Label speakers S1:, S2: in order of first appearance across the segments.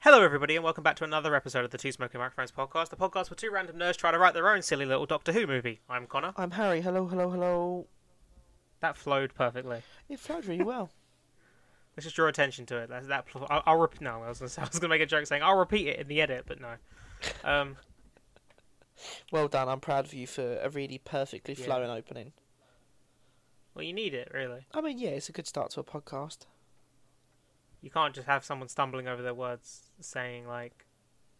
S1: Hello, everybody, and welcome back to another episode of the Two Smoking Microphones podcast, the podcast where two random nerds try to write their own silly little Doctor Who movie. I'm Connor.
S2: I'm Harry. Hello, hello, hello.
S1: That flowed perfectly.
S2: It flowed really well.
S1: Let's just draw attention to it. That's that. Pl- I'll, I'll rep- no. I was gonna say, I was gonna make a joke saying I'll repeat it in the edit, but no. Um,
S2: Well done. I'm proud of you for a really perfectly
S1: Yeah.
S2: flowing opening.
S1: well, you need it really.
S2: I mean, yeah, it's a good start to a podcast.
S1: You can't just have someone stumbling over their words, saying like,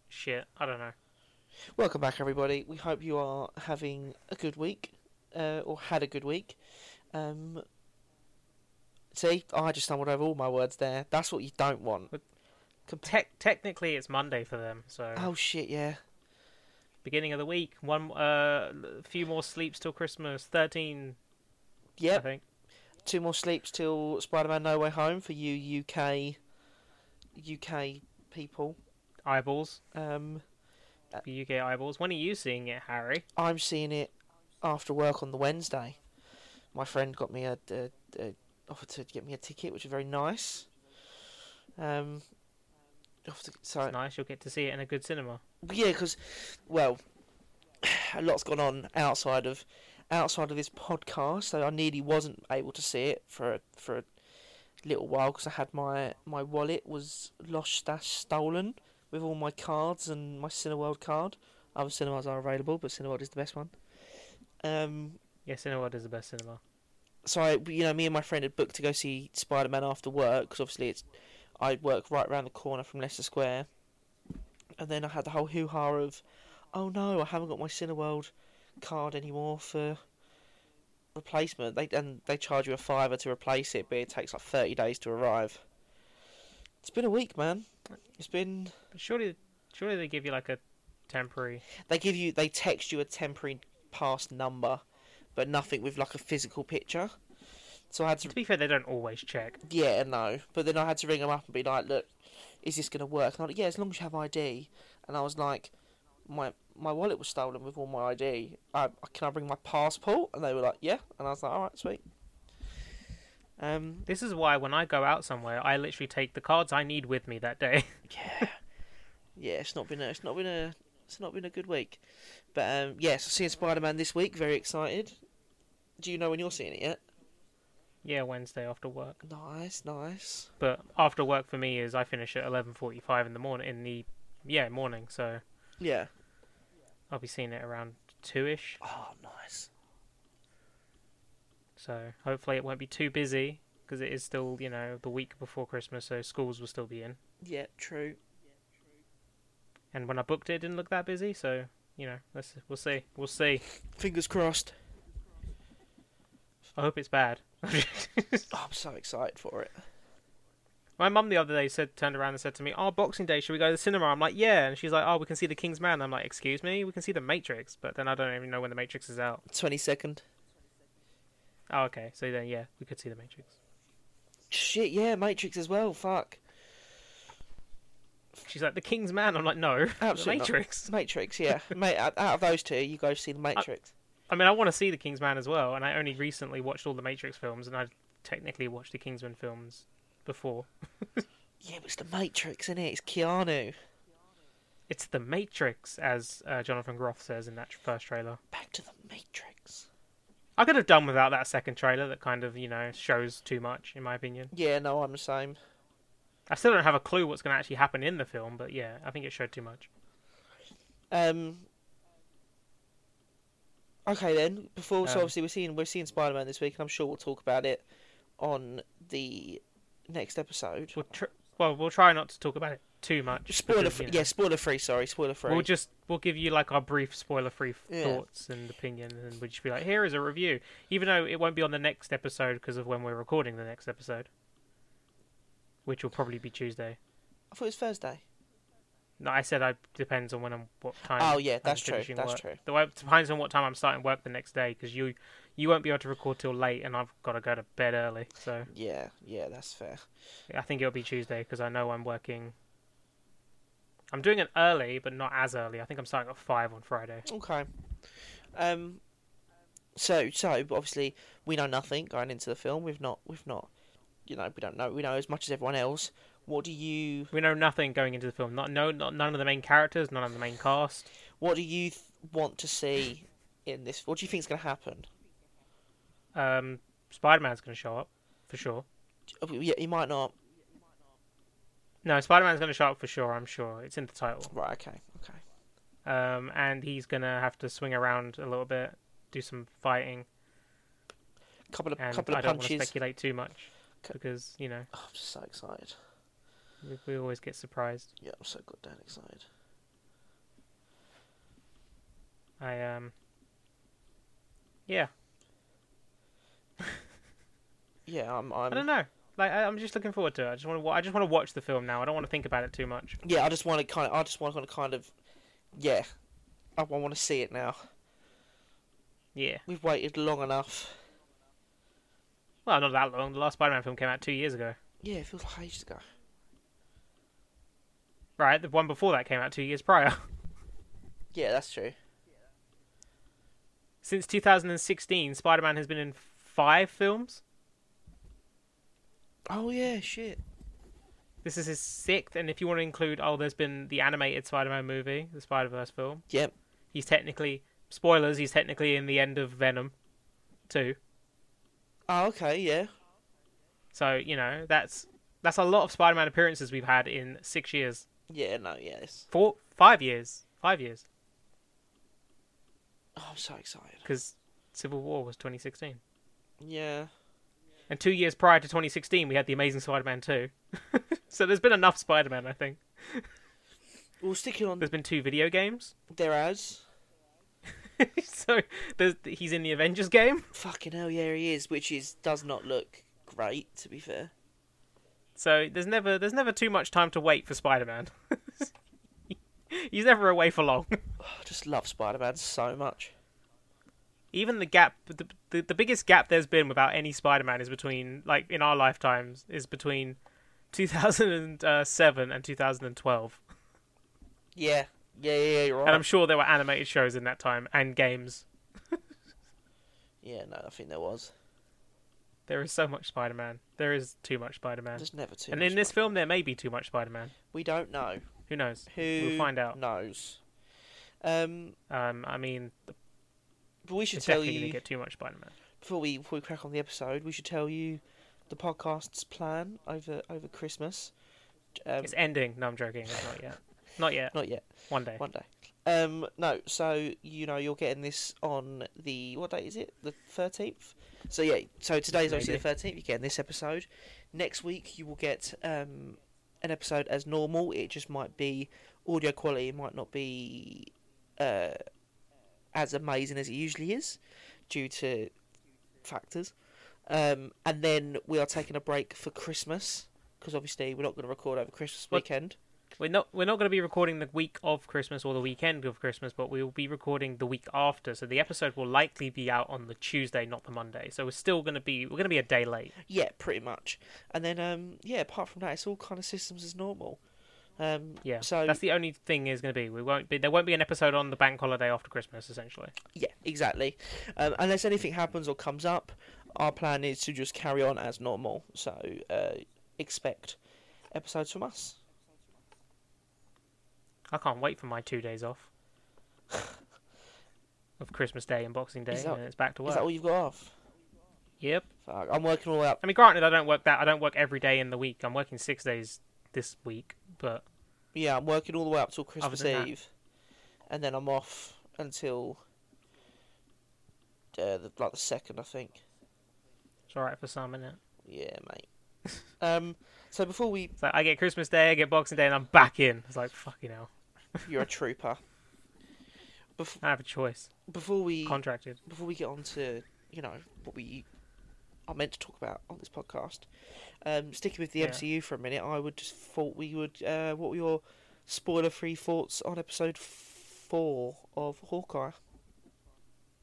S1: "Shit." I don't know.
S2: Welcome back, everybody. We hope you are having a good week, uh, or had a good week. Um, see, I just stumbled over all my words there. That's what you don't want.
S1: Te- technically, it's Monday for them, so
S2: Oh shit, yeah.
S1: beginning of the week. One, uh, a few more sleeps till Christmas. Thirteen, I
S2: Yep.
S1: think.
S2: Two more sleeps till Spider-Man: No Way Home for you UK, UK people.
S1: Eyeballs.
S2: Um,
S1: The UK eyeballs. When are you seeing it, Harry?
S2: I'm seeing it after work on the Wednesday. My friend got me a, a, a offered to get me a ticket, which is very nice. Um, offered to- so
S1: It's nice. You'll get to see it in a good cinema.
S2: yeah, because well, a lot's gone on outside of outside of this podcast, so I nearly wasn't able to see it for a, for a little while because I had my my wallet was lost stash stolen with all my cards and my Cineworld card. Other cinemas are available, but Cineworld is the best one. Um,
S1: Yeah, Cineworld is the best cinema.
S2: so I, you know, me and my friend had booked to go see Spider Man after work because obviously it's I work right around the corner from Leicester Square, and then I had the whole hoo ha of, oh no, I haven't got my Cineworld card anymore for replacement. They and they charge you a fiver to replace it, but it takes like thirty days to arrive. It's been a week, man. It's been
S1: But surely, surely they give you like a temporary.
S2: they give you they text you a temporary pass number, but nothing with like a physical picture. So I had to
S1: To be fair, they don't always check.
S2: yeah, no. But then I had to ring them up and be like, look, is this going to work? And I'm like, yeah, as long as you have ID. And I was like, my my wallet was stolen with all my ID. I, can I bring my passport? And they were like, yeah. And I was like, all right, sweet. Um,
S1: This is why when I go out somewhere, I literally take the cards I need with me that day.
S2: yeah, yeah. It's not been a, it's not been a, it's not been a good week. But um, yeah, so seeing Spider Man this week, very excited. Do you know when you're seeing it yet?
S1: yeah, Wednesday after work.
S2: Nice, nice.
S1: But after work for me is I finish at eleven forty-five in the morning. In the yeah morning, so
S2: Yeah.
S1: I'll be seeing it around two-ish.
S2: Oh, nice.
S1: So hopefully it won't be too busy because it is still you know the week before Christmas, so schools will still be in.
S2: Yeah, true.
S1: And when I booked it, it didn't look that busy, so you know let's we'll see we'll see.
S2: Fingers crossed.
S1: I hope it's bad.
S2: Oh, I'm so excited for it.
S1: My mum the other day said, turned around and said to me, "Oh, Boxing Day, should we go to the cinema?" I'm like, "Yeah," and she's like, "Oh, we can see The King's Man." I'm like, "Excuse me, we can see The Matrix," but then I don't even know when The Matrix is out.
S2: Twenty second.
S1: Oh, okay, so then yeah, we could see The Matrix.
S2: Shit, yeah, Matrix as well. Fuck,
S1: She's like, "The King's Man." I'm like, "No,
S2: Absolutely
S1: The
S2: not.
S1: Matrix."
S2: Matrix. Yeah, mate. Out out of those two, you go see the Matrix.
S1: I mean, I want to see The King's Man as well, and I only recently watched all the Matrix films, and I technically watched the Kingsman films before.
S2: yeah, but it's the Matrix, isn't it? It's Keanu.
S1: It's The Matrix, as uh, Jonathan Groff says in that tr- first trailer.
S2: Back to the Matrix.
S1: I could have done without that second trailer that kind of, you know, shows too much, in my opinion.
S2: Yeah, no, I'm the same.
S1: I still don't have a clue what's going to actually happen in the film, but yeah, I think it showed too much.
S2: Um. Okay then. Before so
S1: Um,
S2: obviously we're seeing we're seeing Spider Man this week, and I'm sure we'll talk about it on the next episode.
S1: We'll tr- well, we'll try not to talk about it too much.
S2: Spoiler
S1: because, you
S2: free.
S1: know,
S2: Yeah, spoiler free. Sorry, spoiler free.
S1: We'll just we'll give you like our brief spoiler-free
S2: Yeah.
S1: thoughts and opinion, and we'll just be like, here is a review, even though it won't be on the next episode because of when we're recording the next episode, which will probably be Tuesday.
S2: I thought it was Thursday.
S1: No, I said I depends on when I'm what time.
S2: Oh, yeah,
S1: I'm
S2: that's true,
S1: finishing
S2: that's
S1: work.
S2: true.
S1: The way- depends on what time I'm starting work the next day because you you won't be able to record till late, and I've got to go to bed early, so.
S2: Yeah, yeah, that's fair.
S1: I think it'll be Tuesday because I know I'm working. I'm doing it early, but not as early. I think I'm starting at five on Friday.
S2: Okay. Um. So so but obviously we know nothing going into the film. We've not we've not, you know, we don't know. We know as much as everyone else. What do you
S1: We know nothing going into the film. Not no, not none of the main characters, none of the main cast.
S2: What do you th- want to see in this? What do you think is going to happen?
S1: Um, Spider Man's going to show up for sure.
S2: Oh, Yeah, he might not.
S1: No, Spider Man's going to show up for sure. I'm sure it's in the title.
S2: Right. Okay. Okay.
S1: Um, and he's going to have to swing around a little bit, do some fighting,
S2: Couple of
S1: and
S2: couple
S1: I
S2: of
S1: don't want to
S2: punches.
S1: speculate too much
S2: Co-
S1: because you know
S2: Oh, I'm just so excited.
S1: we, we always get surprised.
S2: Yeah, I'm so goddamn excited.
S1: I um. Yeah,
S2: Yeah, I'm.
S1: I
S2: I'm
S1: don't know. Like I, I'm just looking forward to it. I just want to. Wa- I just want to watch the film now. I don't want to think about it too much.
S2: yeah, I just want to kind of. I just want to kind of. Yeah, I, want to see it now.
S1: Yeah.
S2: We've waited long enough.
S1: Well, not that long. The last Spider-Man film came out two years ago.
S2: Yeah, it feels like ages ago.
S1: Right, the one before that came out two years prior.
S2: Yeah, that's true.
S1: Since 2016, Spider-Man has been in five films.
S2: Oh yeah, shit.
S1: This is his sixth, and if you want to include, oh, there's been the animated Spider-Man movie, the Spider-Verse film.
S2: Yep.
S1: He's technically spoilers. He's technically in the end of Venom, too.
S2: Oh okay, yeah.
S1: So you know that's that's a lot of Spider-Man appearances we've had in six years,
S2: Yeah, no, yes.
S1: four, five years, five years,
S2: Oh, I'm so excited.
S1: because Civil War was 2016,
S2: Yeah.
S1: and two years prior to 2016 we had the Amazing Spider-Man 2. so there's been enough Spider-Man, I think.
S2: Well, sticking on
S1: There's been two video games.
S2: there as
S1: so there's, he's in the Avengers game.
S2: fucking hell, yeah, he is, which is does not look great to be fair.
S1: So there's never there's never too much time to wait for Spider-Man. he's never away for long.
S2: I just love Spider-Man so much.
S1: even the gap the, the the biggest gap there's been without any spider-man is between like in our lifetimes is between 2007 and 2012
S2: Yeah, yeah, yeah, yeah, you're right.
S1: and i'm sure there were animated shows in that time and games
S2: Yeah, no, I think there was.
S1: there is so much spider-man there is too much spider-man
S2: There's never too.
S1: and
S2: much
S1: in this
S2: Spider-
S1: film there may be too much spider-man
S2: we don't know
S1: who knows
S2: who.
S1: we'll find out
S2: Knows. Um,
S1: um i mean
S2: but we should
S1: it's
S2: tell
S1: definitely gonna
S2: you
S1: get too much spider-man
S2: before we before we crack on the episode. We should tell you the podcast's plan over over Christmas. Um,
S1: it's ending no i'm joking it's not yet not yet
S2: not yet.
S1: one day
S2: One day. Um, no, so you know you're getting this on the what date is it? The thirteenth. So yeah, so today's obviously the thirteenth. You're getting this episode. Next week you will get um, an episode as normal. It just might be audio quality might not be uh, as amazing as it usually is due to factors. Um, and then we are taking a break for Christmas because obviously we're not going to record over Christmas
S1: What-
S2: weekend.
S1: We're not we're not going to be recording the week of Christmas or the weekend of Christmas, but we will be recording the week after. So the episode will likely be out on the Tuesday, not the Monday. So we're still going to be we're going to be a day late.
S2: Yeah, pretty much. And then um yeah, apart from that, it's all kind of systems as normal. Um,
S1: Yeah.
S2: So
S1: that's the only thing is going to be we won't be there won't be an episode on the bank holiday after Christmas essentially.
S2: yeah, exactly. Um, unless anything happens or comes up, our plan is to just carry on as normal. So uh, expect episodes from us.
S1: I can't wait for my 2 days off. of Christmas Day and Boxing Day
S2: Is that-
S1: and it's back to
S2: Is
S1: work.
S2: that all you've got off?
S1: Yep.
S2: Fuck, I'm working all out.
S1: I mean granted I don't work that I don't work every day in the week. I'm working 6 days this week, but
S2: Yeah, I'm working all the way up till Christmas
S1: than that-
S2: Eve, and then I'm off until uh, the, like the second, I think.
S1: it's all right for some, isn't it?
S2: Yeah, mate. um, so before we,
S1: It's like I get Christmas Day, I get Boxing Day and I'm back in. It's like fucking hell.
S2: you're a trooper. Bef-
S1: I have a choice.
S2: before we
S1: Contracted.
S2: before we get on to you know what we are meant to talk about on this podcast, um, sticking with the
S1: Yeah.
S2: MCU for a minute, I would just thought we would. Uh, what were your spoiler-free thoughts on episode four of Hawkeye?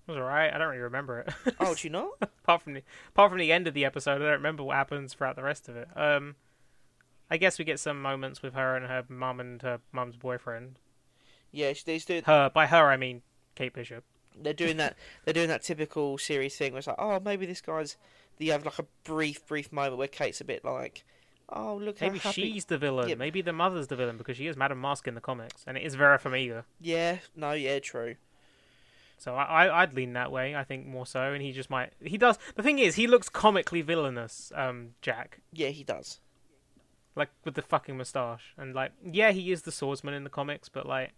S1: It was alright. I don't really remember it.
S2: Oh, do you not?
S1: apart from the apart from the end of the episode, I don't remember what happens throughout the rest of it. Um, I guess we get some moments with her and her mum and her mum's boyfriend.
S2: Yeah, they do.
S1: Her by her I mean Kate Bishop.
S2: They're doing that. They're doing that typical series thing where it's like, oh, maybe this guy's. You have like a brief, brief moment where Kate's a bit like, Oh, look
S1: Maybe
S2: how happy.
S1: she's the villain.
S2: Yep.
S1: Maybe the mother's the villain because she is Madame Mask in the comics, and it is Vera Farmiga.
S2: Yeah, no, yeah, true.
S1: So I, I I'd lean that way. I think more so, and he just might. He does. The thing is, he looks comically villainous. Um, Jack.
S2: Yeah, he does.
S1: like with the fucking moustache and like yeah he is the swordsman in the comics but like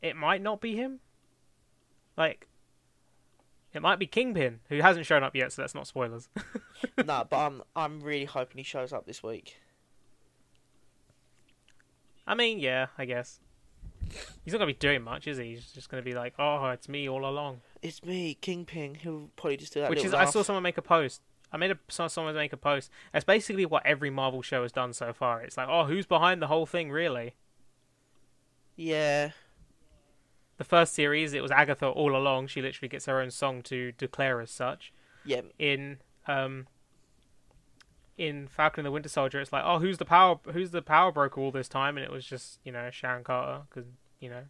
S1: it might not be him like it might be kingpin who hasn't shown up yet so that's not spoilers
S2: no, but I'm I'm really hoping he shows up this week.
S1: i mean yeah i guess he's not gonna be doing much is he he's just gonna be like oh it's me all along
S2: It's me, Kingpin. He'll probably just do that.
S1: which
S2: little
S1: is i
S2: laugh.
S1: saw someone make a post I made a saw someone make a post. That's basically what every Marvel show has done so far. It's like, oh, who's behind the whole thing, really?
S2: Yeah,
S1: the first series, it was Agatha all along. She literally gets her own song to declare as such.
S2: yeah,
S1: In um, in Falcon and the Winter Soldier, it's like, oh, who's the power? Who's the power broker all this time? And it was just you know Sharon Carter because you know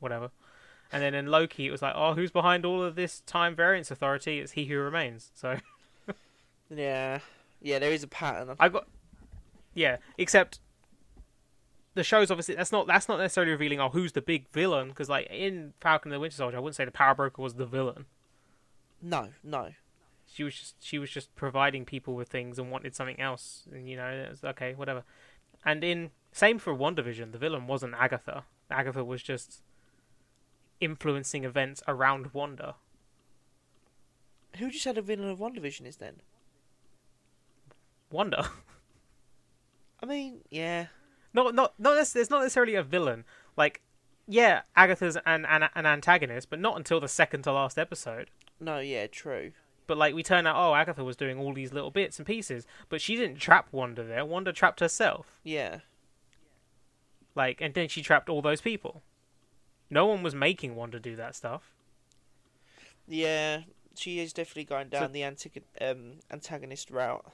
S1: whatever. And then in Loki, it was like, oh, who's behind all of this time variance authority? It's He Who Remains. So
S2: yeah, yeah. There is a pattern.
S1: I got yeah, except the show's obviously that's not that's not necessarily revealing oh who's the big villain because like in Falcon and the Winter Soldier, I wouldn't say the power broker was the villain.
S2: No, no.
S1: she was just she was just providing people with things and wanted something else and you know it was okay whatever and in same for WandaVision the villain wasn't Agatha Agatha was just influencing events around Wanda
S2: Who just had a villain of One Division is then?
S1: Wanda
S2: I mean, yeah,
S1: not not not nec- there's not necessarily a villain like yeah Agatha's an, an an antagonist but not until the second to last episode
S2: no, yeah, true.
S1: but like we turn out oh Agatha was doing all these little bits and pieces but she didn't trap Wanda there Wanda trapped herself
S2: Yeah,
S1: Like, and then she trapped all those people. No one was making Wanda do that stuff.
S2: yeah. She is definitely going
S1: So-
S2: down the anti- um, antagonist route.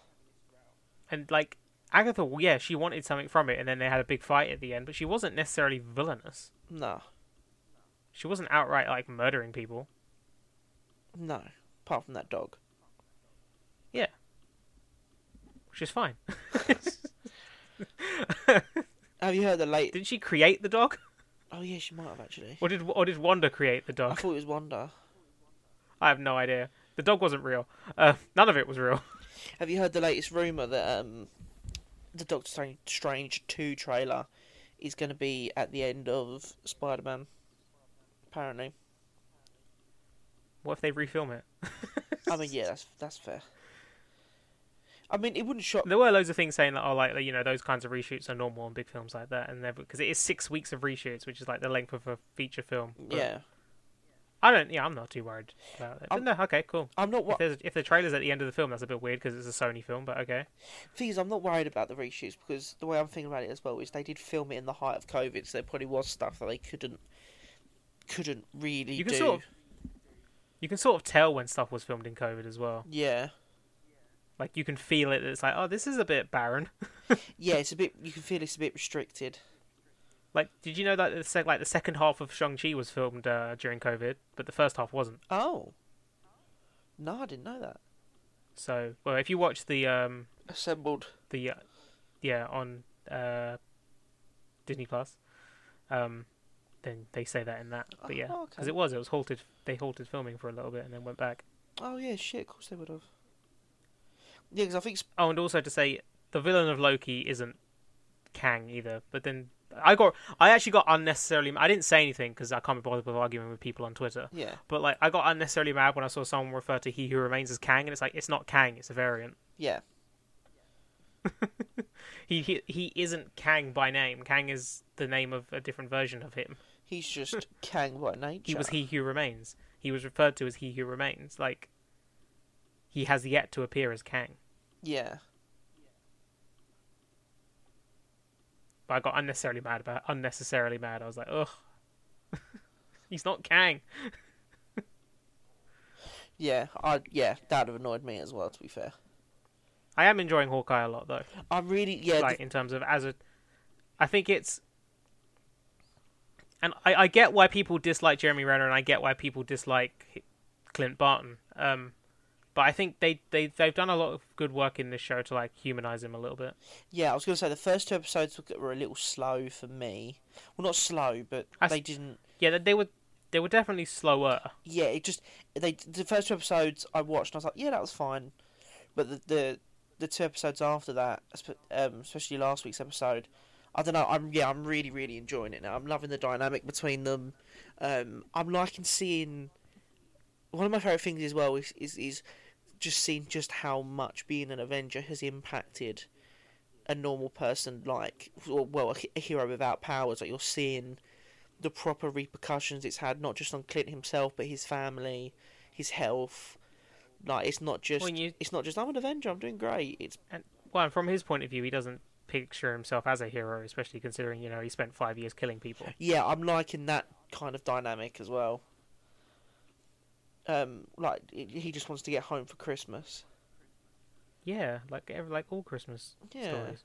S1: And like Agatha, well, yeah, she wanted something from it, and then they had a big fight at the end. But she wasn't necessarily villainous.
S2: No,
S1: She wasn't outright like murdering people.
S2: no. Apart from that dog.
S1: Which is fine.
S2: Have you heard the late?
S1: Didn't she create the dog,
S2: Oh yeah, she might have actually.
S1: or did or did Wanda create the
S2: I
S1: dog?
S2: thought it was Wanda.
S1: I have no idea. The dog wasn't real. Uh, none of it was real.
S2: Have you heard the latest rumor that um, the Doctor Strange- Strange two trailer is going to be at the end of Spider Man? Apparently,
S1: What if they refilm it?
S2: I mean, yeah, that's that's fair. I mean, it wouldn't shock.
S1: There were loads of things saying that, oh, like you know, those kinds of reshoots are normal in big films like that, and because it is six weeks of reshoots, which is like the length of a feature film. But-
S2: Yeah,
S1: I don't. Yeah, I'm not too worried about it.
S2: I'm-
S1: no, okay, cool.
S2: I'm not. Wa-
S1: If, there's, if the trailer's at the end of the film, that's a bit weird because it's a Sony film. But okay,
S2: thing is, I'm not worried about the reshoots because the way I'm thinking about it as well is they did film it in the height of COVID, so there probably was stuff that they couldn't couldn't really
S1: you can
S2: do.
S1: sort of you can sort of tell when stuff was filmed in COVID as well.
S2: Yeah,
S1: Like you can feel it. It's like, oh, this is a bit barren.
S2: yeah, it's a bit. You can feel it's a bit restricted.
S1: Like, did you know that the sec- like the second half of Shang Chi was filmed uh, during COVID, but the first half wasn't.
S2: Oh, no, I didn't know that.
S1: So, well, if you watch the um
S2: Assembled.
S1: the uh, yeah on uh Disney Plus, um, then they say that in that. But yeah,
S2: Oh,
S1: because
S2: okay.
S1: it was it was halted. They halted filming for a little bit and then went back.
S2: Oh yeah, shit. Of course they would have. Yeah, because I think.
S1: Oh, and also to say the villain of Loki isn't Kang either. But then I got, I actually got unnecessarily. I didn't say anything because I can't be bothered with arguing with people on Twitter.
S2: Yeah,
S1: But like, I got unnecessarily mad when I saw someone refer to He Who Remains as Kang, and it's like it's not Kang, it's a variant.
S2: yeah,
S1: He he, he isn't Kang by name. Kang is the name of a different version of him.
S2: he's just Kang by nature.
S1: He was He Who Remains. He was referred to as He Who Remains. Like, he has yet to appear as Kang.
S2: Yeah,
S1: but I got unnecessarily mad about unnecessarily mad. I was like, ugh, he's not Kang.
S2: yeah. I yeah, that'd have annoyed me as well. To be fair,
S1: I am enjoying Hawkeye a lot though.
S2: I'm really yeah.
S1: like
S2: th-
S1: in terms of as a, I think it's, and I, I get why people dislike Jeremy Renner, and I get why people dislike Clint Barton. Um, But I think they they they've done a lot of good work in this show to like humanize him a little bit.
S2: Yeah, I was gonna say the first two episodes were- were a little slow for me. Well, not slow, but
S1: I s-
S2: they didn't.
S1: Yeah, they, they were they were definitely slower.
S2: Yeah, it just they the first two episodes I watched and I was like, yeah, that was fine, but the the, the two episodes after that, espe- um, especially last week's episode, I don't know. I'm yeah, I'm really really enjoying it now. I'm loving the dynamic between them. Um, I'm liking seeing. One of my favorite things as well is is, is just seeing just how much being an Avenger has impacted a normal person, like or, well, a, he- a hero without powers. Like you're seeing the proper repercussions it's had, not just on Clint himself, but his family, his health. Like it's not just
S1: When you-
S2: it's not just I'm an Avenger, I'm doing great. It's
S1: Well, and from his point of view, he doesn't picture himself as a hero, especially considering you know he spent five years killing people.
S2: yeah, I'm liking that kind of dynamic as well. Um, like he he just wants to get home for Christmas.
S1: Yeah, like every, like all Christmas
S2: Yeah,
S1: stories.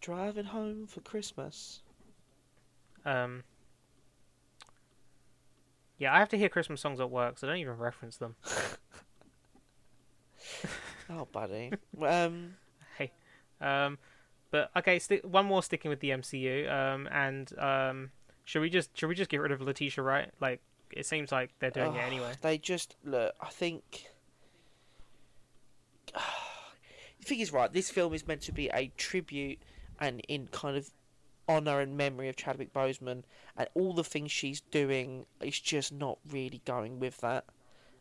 S2: driving home for Christmas.
S1: Um, yeah, I have to hear Christmas songs at work, so I don't even reference them.
S2: Oh, buddy. um,
S1: Um, but okay, sti one more sticking with the MCU. Um, and um, should we just should we just get rid of Letitia Wright? Like it seems like they're doing it
S2: Ugh,
S1: anyway.
S2: oh, They just look. I think. I think he's right. This film is meant to be a tribute and in kind of honor and memory of Chadwick Boseman, and all the things she's doing is just not really going with that.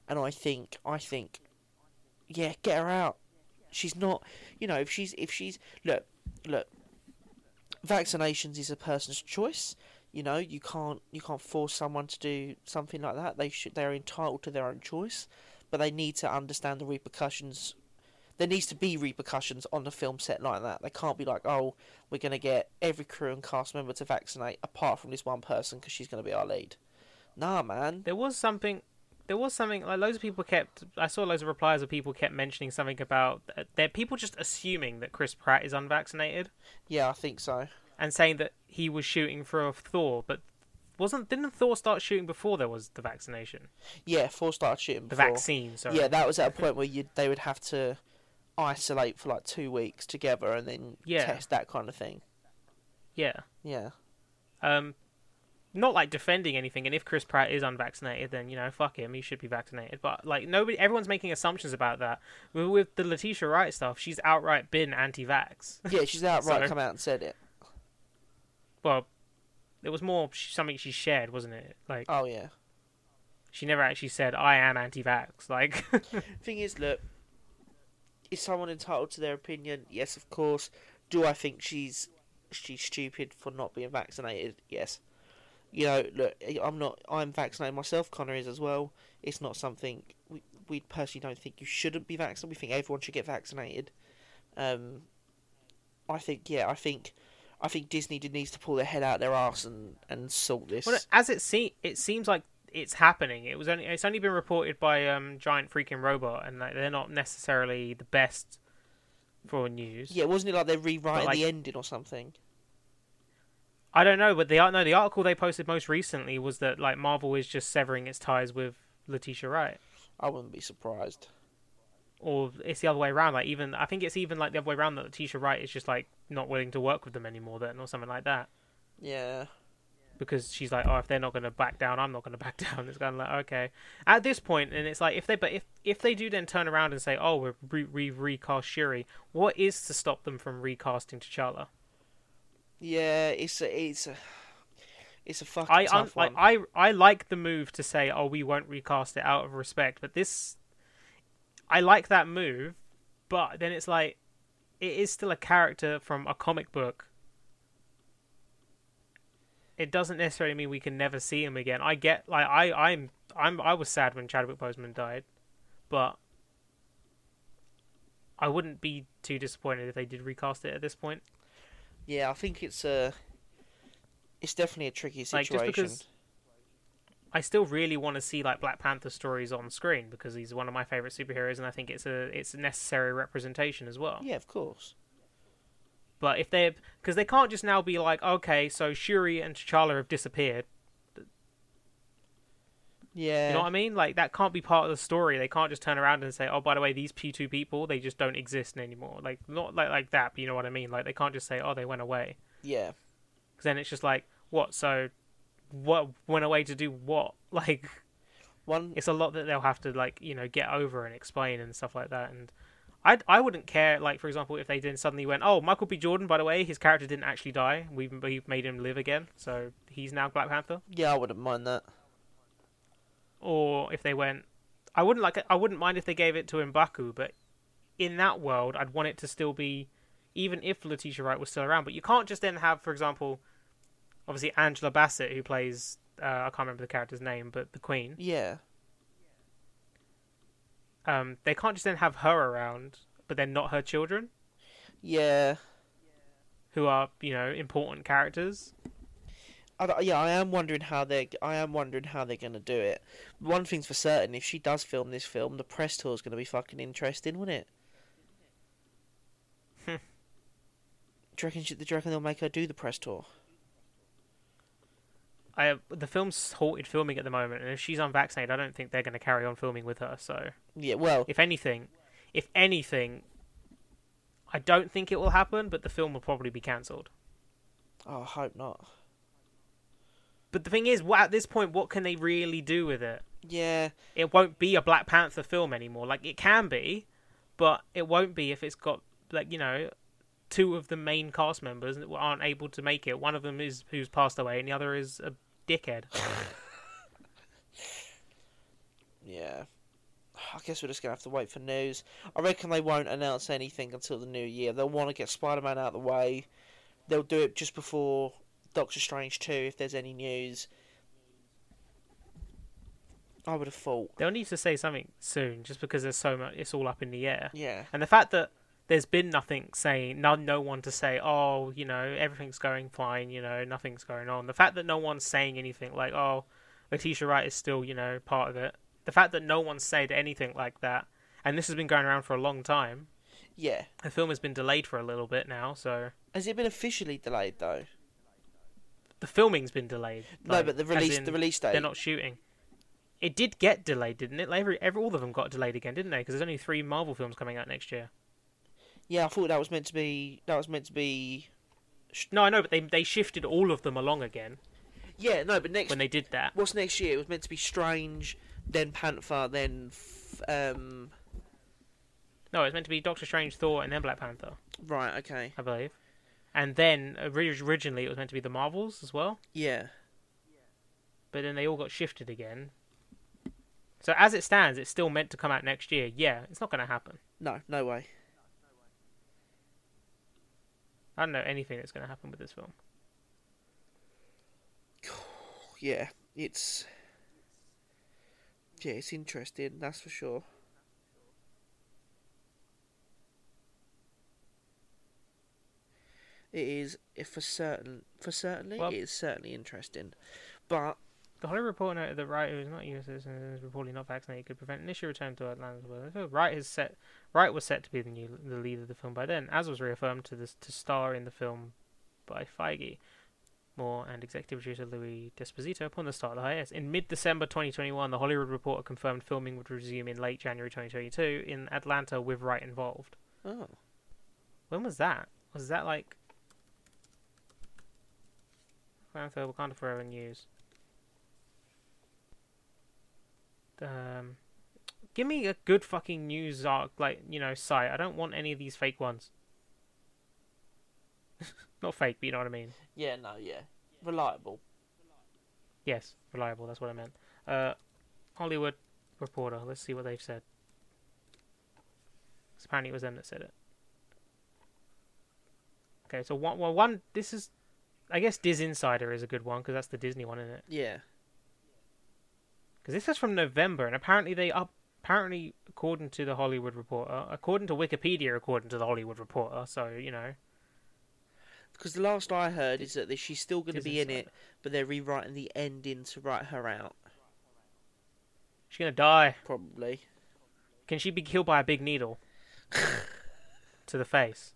S2: And I think, I think, yeah, get her out. She's not. You know, if she's if she's look look. Vaccinations is a person's choice you know you can't you can't force someone to do something like that they should they're entitled to their own choice but they need to understand the repercussions there needs to be repercussions on the film set like that they can't be like oh we're going to get every crew and cast member to vaccinate apart from this one person because she's going to be our lead nah man
S1: There was something. There was something like loads of people kept. I saw loads of replies of people kept mentioning something about their people just assuming that Chris Pratt is unvaccinated
S2: yeah i think so
S1: and saying that he was shooting for Thor, but wasn't didn't Thor start shooting before there was the vaccination,
S2: yeah four started shooting
S1: the
S2: before.
S1: vaccine? Sorry.
S2: yeah that was at a point where you they would have to isolate for like two weeks together and then
S1: Yeah.
S2: test that kind of thing
S1: Yeah.
S2: yeah
S1: Um, not like defending anything. And if Chris Pratt is unvaccinated, then you know, fuck him. He should be vaccinated. But like nobody, everyone's making assumptions about that. With, with the Letitia Wright stuff, she's outright been anti-vax.
S2: yeah she's outright
S1: So-
S2: come out and said it
S1: well, it was more sh- something she shared, wasn't it? Like
S2: oh yeah
S1: she never actually said, "I am anti-vax." Like,
S2: thing is, look, is someone entitled to their opinion? Yes, of course. Do I think she's she's stupid for not being vaccinated? Yes. You know, look, eh, I'm not. I'm vaccinated myself. Connor is as well. It's not something we we personally don't think you shouldn't be vaccinated. We think everyone should get vaccinated. Um, I think yeah. I think I think Disney did- needs to pull their head out their arse and and sort this.
S1: well, as it se- it seems like it's happening. It was only it's only been reported by um, Giant Freaking Robot, and like they're not necessarily the best for news.
S2: yeah, wasn't it like they're rewriting
S1: like-
S2: the ending or something?
S1: I don't know, but the no, the article they posted most recently was that like Marvel is just severing its ties with Letitia Wright,
S2: I wouldn't be surprised.
S1: or it's the other way around. Like even I think it's even like the other way around that Letitia Wright is just like not willing to work with them anymore, then or something like that,
S2: Yeah.
S1: because she's like, oh, if they're not going to back down, I'm not going to back down. It's kind of like okay, at this point, and it's like if they but if if they do then turn around and say, oh, we're re- we recast Shuri, what is to stop them from recasting T'Challa?
S2: Yeah, it's a, it's a, it's a fucking
S1: I un-
S2: tough
S1: like
S2: one.
S1: I I like the move to say, oh, we won't recast it out of respect, but this, I like that move, but then it's like, it is still a character from a comic book. It doesn't necessarily mean we can never see him again. I get like I I'm I'm I was sad when Chadwick Boseman died, but I wouldn't be too disappointed if they did recast it at this point.
S2: yeah, I think it's a, it's definitely a tricky
S1: Like, just
S2: situation.
S1: because- I still really want to see like Black Panther stories on screen because he's one of my favorite superheroes, and I think it's a it's a necessary representation as well.
S2: Yeah, of course.
S1: But if they because they can't just now be like, okay, so Shuri and T'Challa have disappeared.
S2: Yeah.
S1: You know what I mean? Like that can't be part of the story. They can't just turn around and say, "Oh, by the way, these P two people they just don't exist anymore." Like not like like that. But you know what I mean? Like they can't just say, "Oh, they went away,"
S2: Yeah.
S1: because then it's just like, "What?" So, what went away to do what? Like
S2: One.
S1: it's a lot that they'll have to like you know get over and explain and stuff like that. And I I wouldn't care like for example if they then suddenly went, "Oh, Michael B. Jordan, by the way, his character didn't actually die. We've we've made him live again, so he's now Black Panther."
S2: Yeah, I wouldn't mind that.
S1: or if they went I wouldn't like I wouldn't mind if they gave it to Mbaku, but in that world I'd want it to still be even if Letitia Wright was still around, but you can't just then have for example obviously Angela Bassett who plays uh, I can't remember the character's name, but the Queen.
S2: Yeah.
S1: Um, they can't just then have her around, but then not her children,
S2: Yeah.
S1: who are you know important characters.
S2: I, don't- yeah, I am wondering how they. I am wondering how they're gonna do it. One thing's for certain: if she does film this film, the press tour's gonna be fucking interesting, wouldn't it?
S1: Hmm.
S2: Do you reckon? She, do you reckon they'll make her do the press tour?
S1: I the film's halted filming at the moment, and if she's unvaccinated, I don't think they're going to carry on filming with her. So
S2: Yeah. Well.
S1: if anything, if anything, I don't think it will happen, but the film will probably be cancelled.
S2: Oh, I hope not.
S1: But the thing is, wha- at this point, what can they really do with it?
S2: Yeah.
S1: It won't be a Black Panther film anymore. Like it can be, but it won't be if it's got like you know, two of the main cast members that aren't able to make it. One of them is who's passed away, and the other is a dickhead.
S2: Yeah. I guess we're just gonna have to wait for news. I reckon they won't announce anything until the new year. They'll want to get Spider Man out of the way. They'll do it just before Doctor Strange two, if there's any news. I would have thought.
S1: They'll need to say something soon, just because there's so much. It's all up in the air.
S2: Yeah.
S1: And the fact that there's been nothing saying, no, no one to say, oh, you know, everything's going fine, you know, nothing's going on. The fact that no one's saying anything like, oh, Letitia Wright is still, you know, part of it. The fact that no one said anything like that, and this has been going around for a long time.
S2: Yeah.
S1: The film has been delayed for a little bit now, so
S2: Has it been officially delayed though?
S1: the filming's been delayed.
S2: no,
S1: like,
S2: but the
S1: as
S2: release
S1: in
S2: the release
S1: They're
S2: date.
S1: not shooting. It did get delayed, didn't it? Like, every, every all of them got delayed again, didn't they? Because there's only three Marvel films coming out next year.
S2: Yeah, I thought that was meant to be. That was meant to be.
S1: No, I know, but they they shifted all of them along again
S2: Yeah. No, but next.
S1: when they did that.
S2: What's next year? It was meant to be Strange, then Panther, then f- um.
S1: No, it's meant to be Doctor Strange, Thor, and then Black Panther,
S2: Right. Okay.
S1: I believe. And then ori- originally it was meant to be the Marvels as well,
S2: Yeah.
S1: but then they all got shifted again. So as it stands, it's still meant to come out next year. Yeah, it's not going to happen.
S2: No. No way.
S1: I don't know anything that's going to happen with this film.
S2: yeah, it's yeah, it's interesting. That's for sure. It is if for certain for certainly
S1: Well-
S2: it is certainly interesting, but
S1: The Hollywood Reporter noted that Wright, who is not a U.S. citizen and is reportedly not vaccinated, could prevent an issue return to Atlanta. Wright is set. Wright was set to be the new the lead of the film by then, as was reaffirmed to this to star in the film by Feige, Moore, and executive producer Louis Desposito upon the start of the hiatus. In mid-December 2021, the Hollywood Reporter confirmed filming would resume in late January 2022 in Atlanta with Wright involved.
S2: oh
S1: When was that? Was that like Atlanta Wakanda Forever news? Um, give me a good fucking news arc, like you know, site. I don't want any of these fake ones. Not fake, but you know what I mean.
S2: yeah, no, yeah, reliable.
S1: Yes, reliable. That's what I meant. Uh, Hollywood Reporter. Let's see what they've said. 'Cause Apparently, it was them that said it. Okay, so one. Well, one. This is, I guess, Diz Insider is a good one because that's the Disney one, isn't it?
S2: Yeah,
S1: Because this is from November, and apparently they up. Apparently, according to the Hollywood Reporter, according to Wikipedia, according to the Hollywood Reporter. So you know,
S2: because the last I heard is that she's still going to
S1: Diz
S2: be in
S1: Insider.
S2: it, but they're rewriting the ending to write her out.
S1: She's gonna die.
S2: Probably.
S1: Can she be killed by a big needle to the face?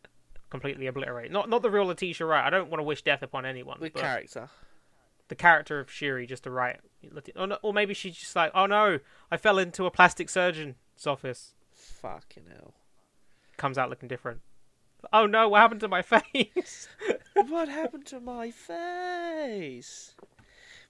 S1: Completely obliterate. Not not the real Letitia Wright. I don't want to wish death upon anyone.
S2: The
S1: but
S2: character.
S1: the character of Shuri, just the right Let it- Or, no- or maybe she's just like, oh no, I fell into a plastic surgeon's office.
S2: Fucking hell.
S1: Comes out looking different. Oh no, what happened to my face?
S2: what happened to my face?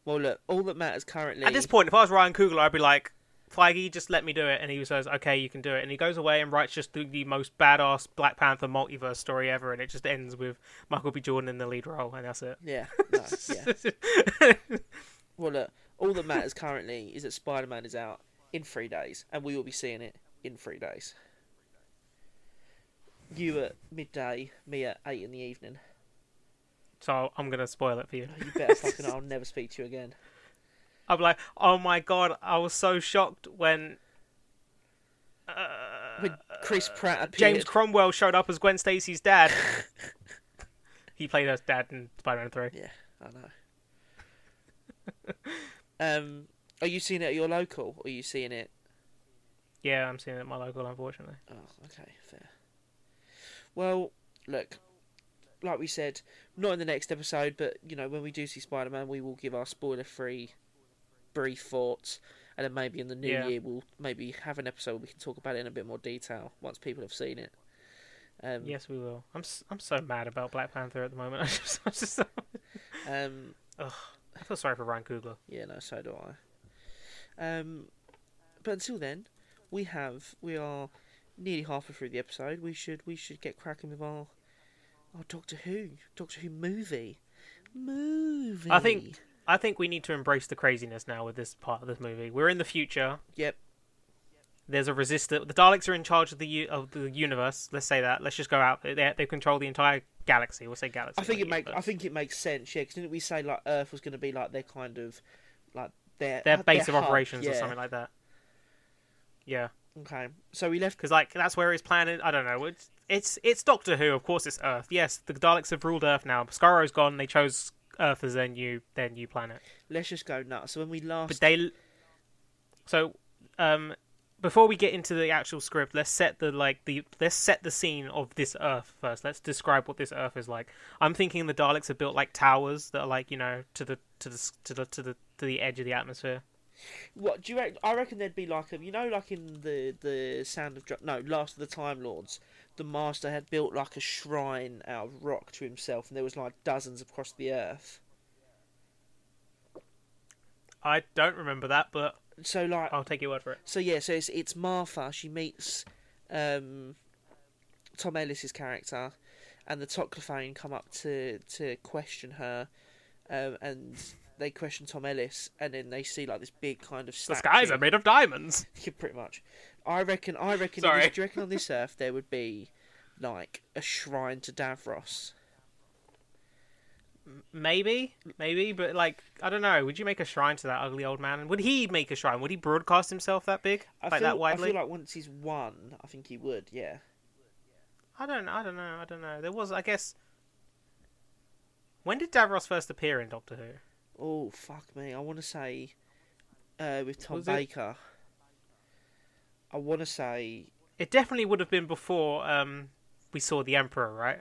S2: Well, look, all that matters currently.
S1: At this point, if I was Ryan Coogler, I'd be like, Feige, just let me do it. And he says, okay, you can do it. And he goes away and writes just the, the most badass Black Panther multiverse story ever. And it just ends with Michael B. Jordan in the lead role. And that's it.
S2: Yeah, no, yeah. Well, look, all that matters currently is that Spider Man is out in three days, and we will be seeing it in three days. You at midday, me at eight in the evening.
S1: so I'm going to spoil it for you.
S2: You better fucking. I'll never speak to you again.
S1: I'm like, oh my God, I was so shocked when
S2: When Chris Pratt appeared,
S1: Uh, James Cromwell showed up as Gwen Stacy's dad. he played her dad in Spider Man 3.
S2: Yeah, I know. um, are you seeing it at your local, or are you seeing it?
S1: Yeah, I'm seeing it at my local, unfortunately.
S2: Oh, okay, fair. Well, look, like we said, not in the next episode, but you know, when we do see Spider Man, we will give our spoiler free brief thoughts, and then maybe in the new
S1: Yeah.
S2: year, we'll maybe have an episode where we can talk about it in a bit more detail once people have seen it. Um,
S1: Yes, we will. I'm, s- I'm so mad about Black Panther at the moment. I just, I just,
S2: um,
S1: I feel sorry for Ryan Coogler.
S2: yeah, no, so do I. Um, but until then, we have we are nearly halfway through the episode. We should we should get cracking with our our Doctor Who Doctor Who movie movie.
S1: I think I think we need to embrace the craziness now with this part of this movie. We're in the future.
S2: Yep.
S1: There's a resistor. The Daleks are in charge of the u- of the universe. Let's say that. Let's just go out. They, they control the entire galaxy. We'll say galaxy.
S2: I think
S1: not
S2: it makes I
S1: universe.
S2: think it makes sense. Yeah, because didn't we say like Earth was going to be like their kind of like their
S1: their base of
S2: hub,
S1: operations or
S2: yeah.
S1: something like that. Yeah,
S2: Okay, so we left.
S1: because like that's where his planet. I don't know. It's, it's it's Doctor Who. Of course, it's Earth. Yes, the Daleks have ruled Earth now. Scarrow's gone. They chose Earth as their new their new planet.
S2: Let's just go nuts. So when we last
S1: but they so um before we get into the actual script let's set the like the let's set the scene of this earth first let's describe what this earth is like i'm thinking the daleks have built like towers that are like you know to the to the s- to the to the, to the edge of the atmosphere
S2: What do you reckon? I reckon there'd be like a, you know, like in the the Sound of Dr- no, Last of the Time Lords, the Master had built like a shrine out of rock to himself, and there was like dozens across the earth.
S1: i don't remember that but
S2: So like,
S1: i'll take your word for it
S2: so yeah, so it's it's Martha. She meets um, Tom Ellis's character, and the Toclophane come up to to question her, um, and they question Tom Ellis, and then they see like this big kind of
S1: the
S2: statue.
S1: skies are made of diamonds
S2: Yeah, pretty much. I reckon. I reckon.
S1: Sorry.
S2: on This, do you reckon on this earth there would be like a shrine to Davros?
S1: maybe maybe but like i don't know would you make a shrine to that ugly old man would he make a shrine would he broadcast himself that big
S2: I
S1: like
S2: feel,
S1: that widely
S2: I feel like once he's won, I think he would. Yeah.
S1: I don't. I don't know. I don't know. There was, I guess. When did Davros first appear in Doctor Who?
S2: Oh fuck me! I want to say uh, with Tom
S1: Was it-
S2: Baker. I want to say
S1: It definitely would have been before um, we saw the Emperor, right?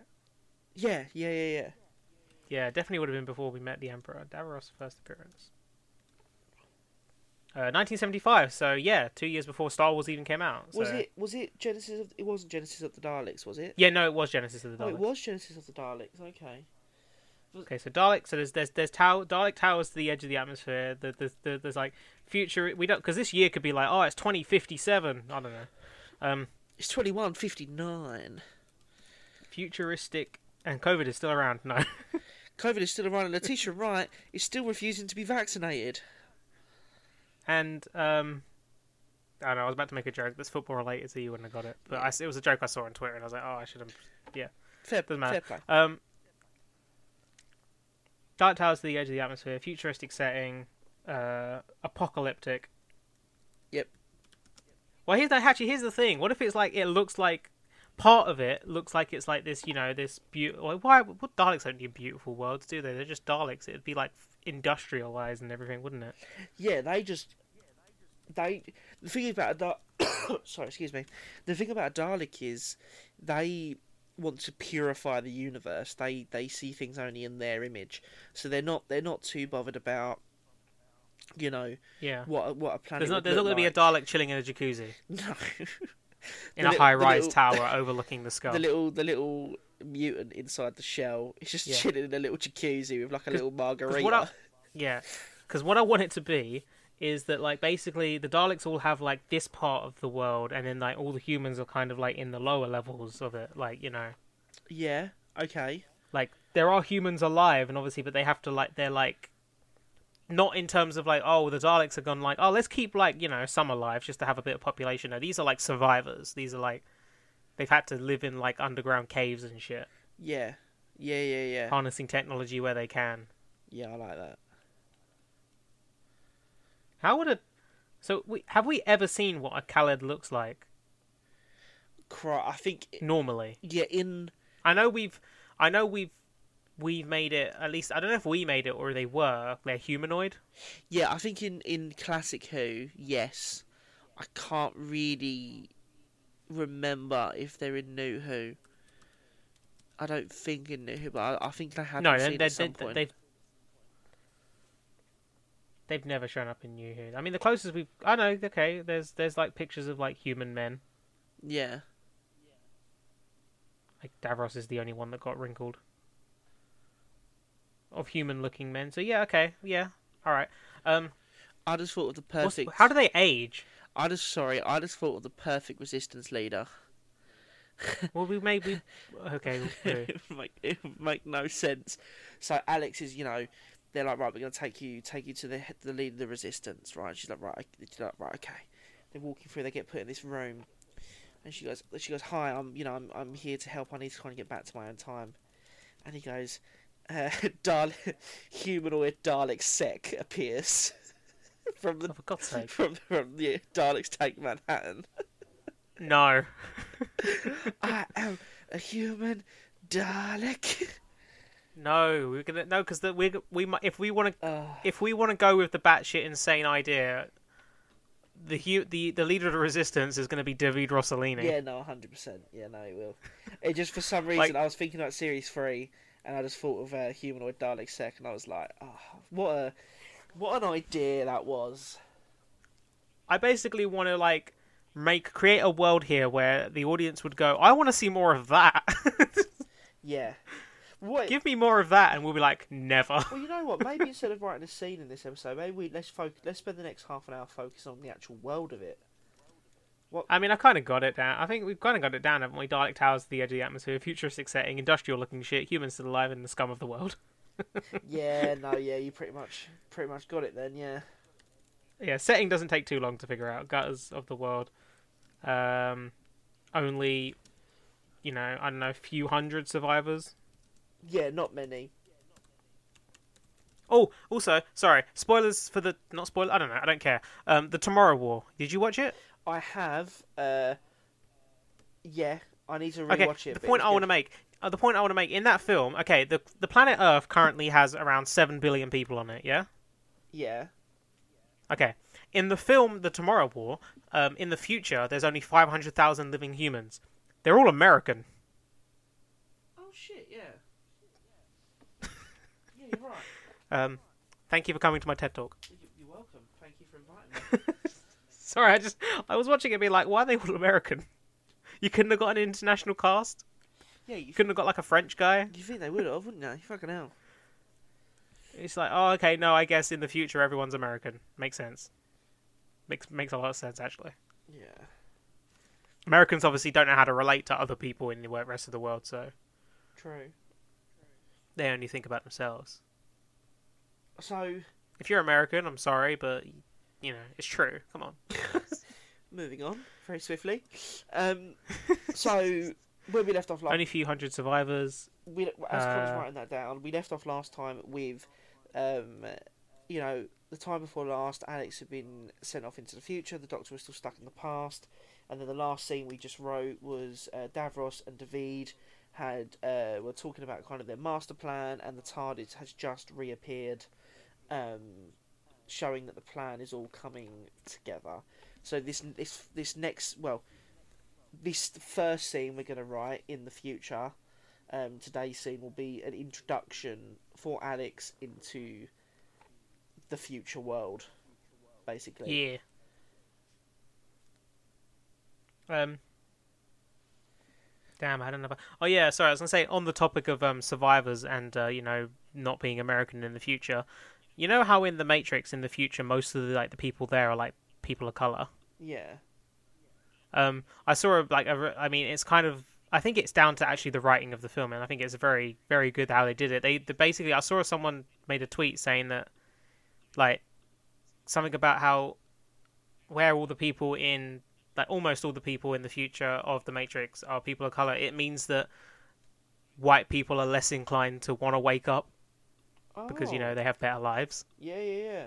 S2: yeah, yeah, yeah, yeah.
S1: Yeah, it definitely would have been before we met the Emperor. Davros' first appearance. Uh, 1975. So yeah, two years before Star Wars even came out.
S2: Was
S1: so-
S2: it? Was it Genesis? Of, it wasn't Genesis of the Daleks, was it?
S1: Yeah, no, it was Genesis of the
S2: Oh,
S1: Daleks.
S2: it was Genesis of the Daleks. Okay.
S1: Okay, so Dalek. So there's there's there's tower, Dalek towers to the edge of the atmosphere. There, there's, there, there's like future. We don't because this year could be like oh it's 2057. I don't know. Um,
S2: It's twenty one fifty nine.
S1: futuristic and COVID is still around. No,
S2: COVID is still around, and Letitia Wright is still refusing to be vaccinated.
S1: and um, I don't know. I was about to make a joke that's football related, so you wouldn't have got it. But I, it was a joke I saw on Twitter, and I was like, oh, I should have.
S2: Fair,
S1: Doesn't
S2: fair
S1: matter.
S2: play.
S1: Um, Dark Towers to the edge of the atmosphere, futuristic setting, uh, apocalyptic.
S2: Yep.
S1: Well, here's the actually here's the thing. What if it's like it looks like part of it looks like it's like this, you know, this beautiful. Why? What Daleks don't do beautiful worlds, do they? They're just Daleks. It'd be like industrialized and everything, wouldn't it?
S2: Yeah, they just they the thing about a Dar- sorry, excuse me. The thing about a Dalek is they want to purify the universe. They they see things only in their image, so they're not they're not too bothered about you know
S1: Yeah.
S2: what a- what a planet.
S1: There's not
S2: would
S1: there's not
S2: look
S1: going to be a Dalek chilling in a jacuzzi in
S2: like. no. The
S1: a
S2: little- the
S1: high rise
S2: little-
S1: tower overlooking the sky.
S2: the little the little mutant inside the shell. It's just
S1: Yeah.
S2: chilling in a little jacuzzi with like a little margarita.
S1: what I- Yeah, because what I want it to be is that like basically the Daleks all have like this part of the world, and then like all the humans are kind of like in the lower levels of it. Like you know,
S2: Yeah. Okay.
S1: like there are humans alive, and obviously, but they have to like they're like not in terms of like oh the Daleks are gone like oh let's keep like you know some alive just to have a bit of population. No, these are like survivors. These are like they've had to live in like underground caves and shit,
S2: Yeah. Yeah. Yeah. Yeah.
S1: harnessing technology where they can.
S2: Yeah. I like that.
S1: How would a so we, have we ever seen what a Khaled looks like
S2: Cry. I think.
S1: normally?
S2: Yeah. In.
S1: I know we've, I know we've, we've made it. At least I don't know if we made it or they were. They're humanoid.
S2: Yeah. I think in in classic Who. Yes. I can't really remember if they're in New Who. I don't think in New Who, but I, I think they have.
S1: no,
S2: seen
S1: they,
S2: at
S1: they,
S2: some
S1: they,
S2: point.
S1: they've, they've never shown up in New Who. I mean, the closest we've, I know. Okay, there's there's like pictures of like human men.
S2: Yeah.
S1: Like Davros is the only one that got wrinkled. Of human-looking men. So yeah, okay, yeah, all right. Um,
S2: I just thought of the
S1: what's-
S2: perfect.
S1: how do they age?
S2: I just sorry. I just thought of the perfect resistance leader.
S1: Well, we made we okay. we'll do.
S2: it would make it would make no sense. So Alex is, you know, they're like, right, we're gonna take you, take you to the head- the lead of the resistance, right? She's like, right, ok- she's like, right, okay. They're walking through. They get put in this room, and she goes, she goes, hi, I'm, you know, I'm, I'm here to help. I need to kind of get back to my own time. And he goes, uh, Dalek, humanoid Dalek sec appears from the
S1: Oh, for God's sake,
S2: from from the Daleks take Manhattan.
S1: no.
S2: I am a human Dalek.
S1: No, we're gonna no because we we mu- if we want to
S2: Uh,
S1: if we want to go with the batshit insane idea, the hu- the the leader of the resistance is going to be David Rossellini.
S2: Yeah, no, hundred percent. Yeah, no, it will. It just for some reason
S1: Like-
S2: I was thinking about series three, and I just thought of uh, humanoid Dalek sec, and I was like, oh, what a, what an idea that was.
S1: I basically want to like make create a world here where the audience would go, I want to see more of that.
S2: Yeah. What?
S1: Give me more of that, and we'll be like, never.
S2: Well, you know what? Maybe instead of writing a scene in this episode, maybe we let's focus. Let's spend the next half an hour focusing on the actual world of it.
S1: I mean, I kind of got it down. I think we've kind of got it down, haven't we? Dalek towers to the edge of the atmosphere, futuristic setting, industrial-looking shit, humans still alive, and the scum of the world.
S2: Yeah. No. Yeah. You pretty much, pretty much got it then. Yeah.
S1: yeah, setting doesn't take too long to figure out. Gutters of the world. Um, only, you know, I don't know, a few hundred survivors.
S2: Yeah. Not many.
S1: Oh, also, sorry, spoilers for the not spoiler. I don't know. I don't care. Um, the Tomorrow War. Did you watch it?
S2: I have. uh Yeah. I need to rewatch
S1: Okay.
S2: it.
S1: the
S2: but
S1: point
S2: it's
S1: I
S2: good.
S1: want to make. Uh, the point I want to make in that film. Okay, the the planet Earth currently has around seven billion people on it. Yeah.
S2: Yeah.
S1: Okay. In the film The Tomorrow War, um, in the future, there's only five hundred thousand living humans. They're all American.
S2: Oh shit, yeah. yeah, you're right.
S1: Um, thank you for coming to my TED talk.
S2: You- You're welcome. Thank you for inviting me.
S1: Sorry, I just I was watching it, be like, why are they all American? You couldn't have got an international cast.
S2: Yeah, you,
S1: You couldn't have got like a French guy.
S2: you think they would have, wouldn't they? Fucking hell.
S1: It's like, oh, okay, no, I guess in the future everyone's American. Makes sense. Makes makes a lot of sense actually.
S2: Yeah.
S1: Americans obviously don't know how to relate to other people in the wo- rest of the world, so
S2: True.
S1: they only think about themselves.
S2: So,
S1: If you're American, I'm sorry, but you know it's true. Come on.
S2: moving on very swiftly. Um, so where we left off last,
S1: Only a few hundred survivors.
S2: we, as Connor's
S1: uh,
S2: writing that down, we left off last time with, um, you know, the time before last, Alex had been sent off into the future. The Doctor was still stuck in the past, and then the last scene we just wrote was uh, Davros and David had uh, were talking about kind of their master plan, and the TARDIS has just reappeared, um, showing that the plan is all coming together. So this this this next well, this first scene we're going to write in the future. Um, today's scene will be an introduction for Alex into the future world, basically.
S1: Yeah. Um. Damn, I had another. Oh yeah, sorry. I was gonna say on the topic of um survivors and uh, you know not being American in the future. You know how in the Matrix in the future most of the like the people there are like people of color.
S2: Yeah.
S1: Um, I saw like a re- I mean, it's kind of. I think it's down to actually the writing of the film, and I think it's very, very good how they did it. They, they basically, I saw someone made a tweet saying that, like, something about how where all the people in, like, almost all the people in the future of the Matrix are people of color. It means that white people are less inclined to want to wake up because you
S2: Oh,
S1: know they have better lives.
S2: Yeah, yeah, yeah.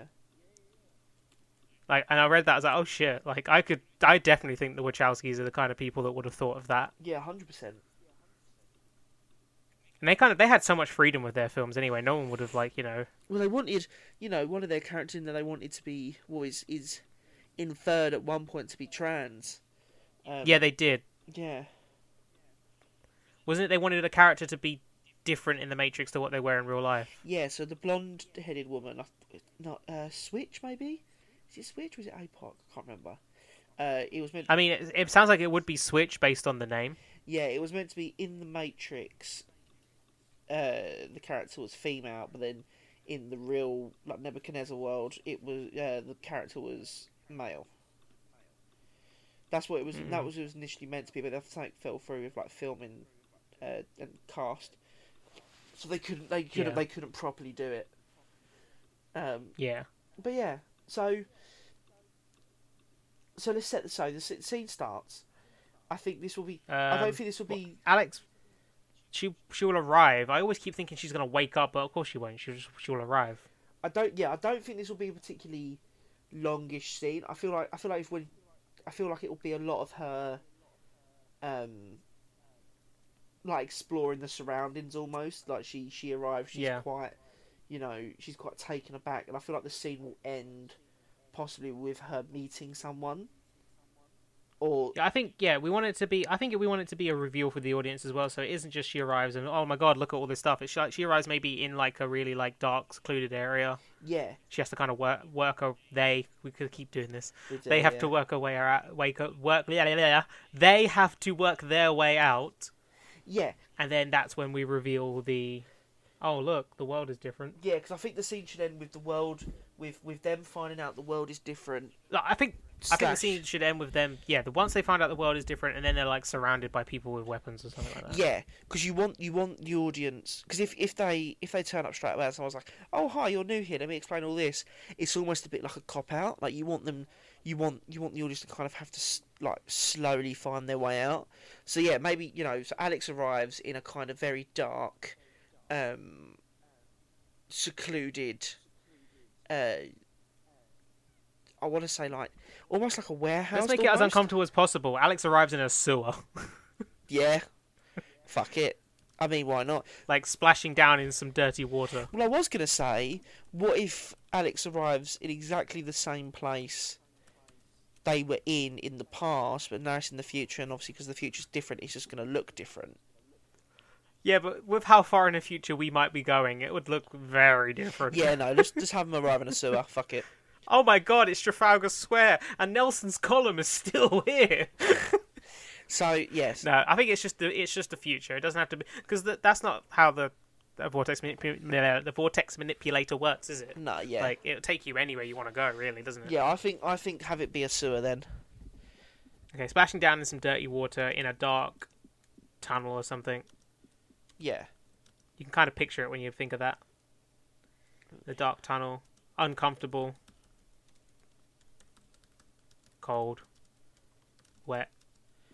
S1: Like, and I read that I was like, oh shit! Like, I could, I definitely think the Wachowskis are the kind of people that would have thought of that.
S2: Yeah, hundred percent.
S1: And they kind of they had so much freedom with their films anyway. No one would have like you know
S2: Well, they wanted, you know, one of their characters in there they wanted to be, well, is is inferred at one point to be trans. Um,
S1: yeah they did
S2: yeah,
S1: wasn't it they wanted a character to be different in the Matrix to what they were in real life.
S2: yeah. So the blonde-headed woman, I- not uh, Switch, maybe. Is it Switch or is it APOC? I can't remember. Uh, it was meant.
S1: I mean it, it sounds like it would be Switch based on the name.
S2: Yeah, it was meant to be in the Matrix. Uh, the character was female, but then in the real like Nebuchadnezzar world, it was uh, the character was male. That's what it was. That was what it was initially meant to be, but that something fell through with like filming uh, and cast, so they couldn't. They couldn't.
S1: Yeah.
S2: They couldn't properly do it. Um,
S1: Yeah
S2: but yeah, so so let's set the so the s- scene starts. I think this will be. I
S1: Um,
S2: don't think this will be.
S1: Alex she she will arrive. I always keep thinking she's gonna wake up, but of course she won't. She just she will arrive.
S2: I don't. Yeah, I don't think this will be a particularly longish scene. I feel like I feel like if we, I feel like it will be a lot of her, um, like exploring the surroundings almost. Like she she arrives, she's
S1: Yeah.
S2: quite, you know, she's quite taken aback, and I feel like the scene will end possibly with her meeting someone. Or
S1: Yeah, I think yeah we want it to be I think we want it to be a reveal for the audience as well. So it isn't just she arrives and oh my god look at all this stuff. It's like she arrives maybe in like a really like dark secluded area.
S2: yeah,
S1: she has to kind of work work her they we could keep doing this
S2: we do,
S1: they have
S2: yeah.
S1: to work her way out wake up work yeah, yeah, yeah. they have to work their way out
S2: Yeah,
S1: and then that's when we reveal the oh look the world is different
S2: yeah, because I think the scene should end with the world, with with them finding out the world is different.
S1: Like, i think I think the
S2: Slash.
S1: scene should end with them. Yeah, the once they find out the world is different, and then they're like surrounded by people with weapons or something like that.
S2: Yeah, because you want you want the audience. Because if, if they if they turn up straight away and someone's like, "Oh hi, you're new here. Let me explain all this," it's almost a bit like a cop out. Like you want them, you want you want the audience to kind of have to s- like slowly find their way out. So yeah, maybe you know. So Alex arrives in a kind of very dark, um, secluded. Uh, I want to say like almost like a warehouse.
S1: Let's make it as
S2: almost.
S1: uncomfortable as possible. Alex arrives in a sewer,
S2: Yeah, fuck it. I mean, why not?
S1: like splashing down in some dirty water.
S2: Well, I was going to say, what if Alex arrives in exactly the same place they were in in the past, but now it's in the future, and obviously because the future's different, it's just going to look different.
S1: Yeah, but with how far in the future we might be going, it would look very different.
S2: Yeah, no, let's just have him arrive in a sewer. Fuck it.
S1: Oh my god, it's Trafalgar Square, and Nelson's column is still here.
S2: So yes,
S1: no, I think it's just the it's just the future. It doesn't have to be because that's not how the, the vortex manip- the vortex manipulator works, is it?
S2: no, yeah,
S1: Like it'll take you anywhere you want to go, really, doesn't it?
S2: yeah. I think I think have it be a sewer then.
S1: Okay, splashing down in some dirty water in a dark tunnel or something.
S2: Yeah,
S1: You can kind of picture it when you think of that. The dark tunnel, uncomfortable, cold, wet,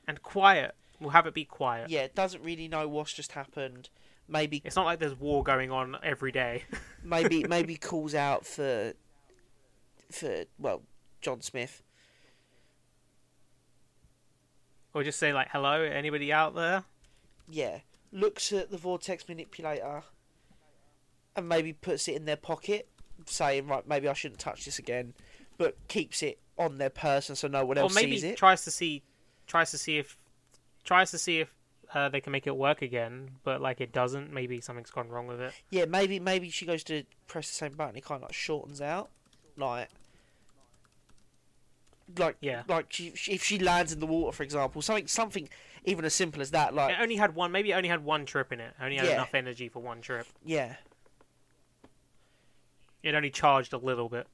S1: and quiet. We'll have it be quiet.
S2: yeah. Doesn't really know what's just happened. Maybe
S1: It's not like there's war going on every day.
S2: maybe maybe calls out for for well John Smith.
S1: or just say like, "Hello, anybody out there?"
S2: yeah, looks at the vortex manipulator and maybe puts it in their pocket, saying, right, maybe I shouldn't touch this again, but keeps it on their person so no one
S1: Or
S2: else
S1: maybe
S2: sees it.
S1: tries to see, tries to see if, tries to see if uh, they can make it work again. But like it doesn't. Maybe something's gone wrong with it.
S2: yeah, maybe maybe she goes to press the same button, it kind of like shortens out. like like
S1: Yeah.
S2: like she, she, if she lands in the water for example something something even as simple as that like
S1: It only had one. Maybe it only had one trip in it. It only had
S2: Yeah.
S1: enough energy for one trip.
S2: yeah
S1: It only charged a little bit.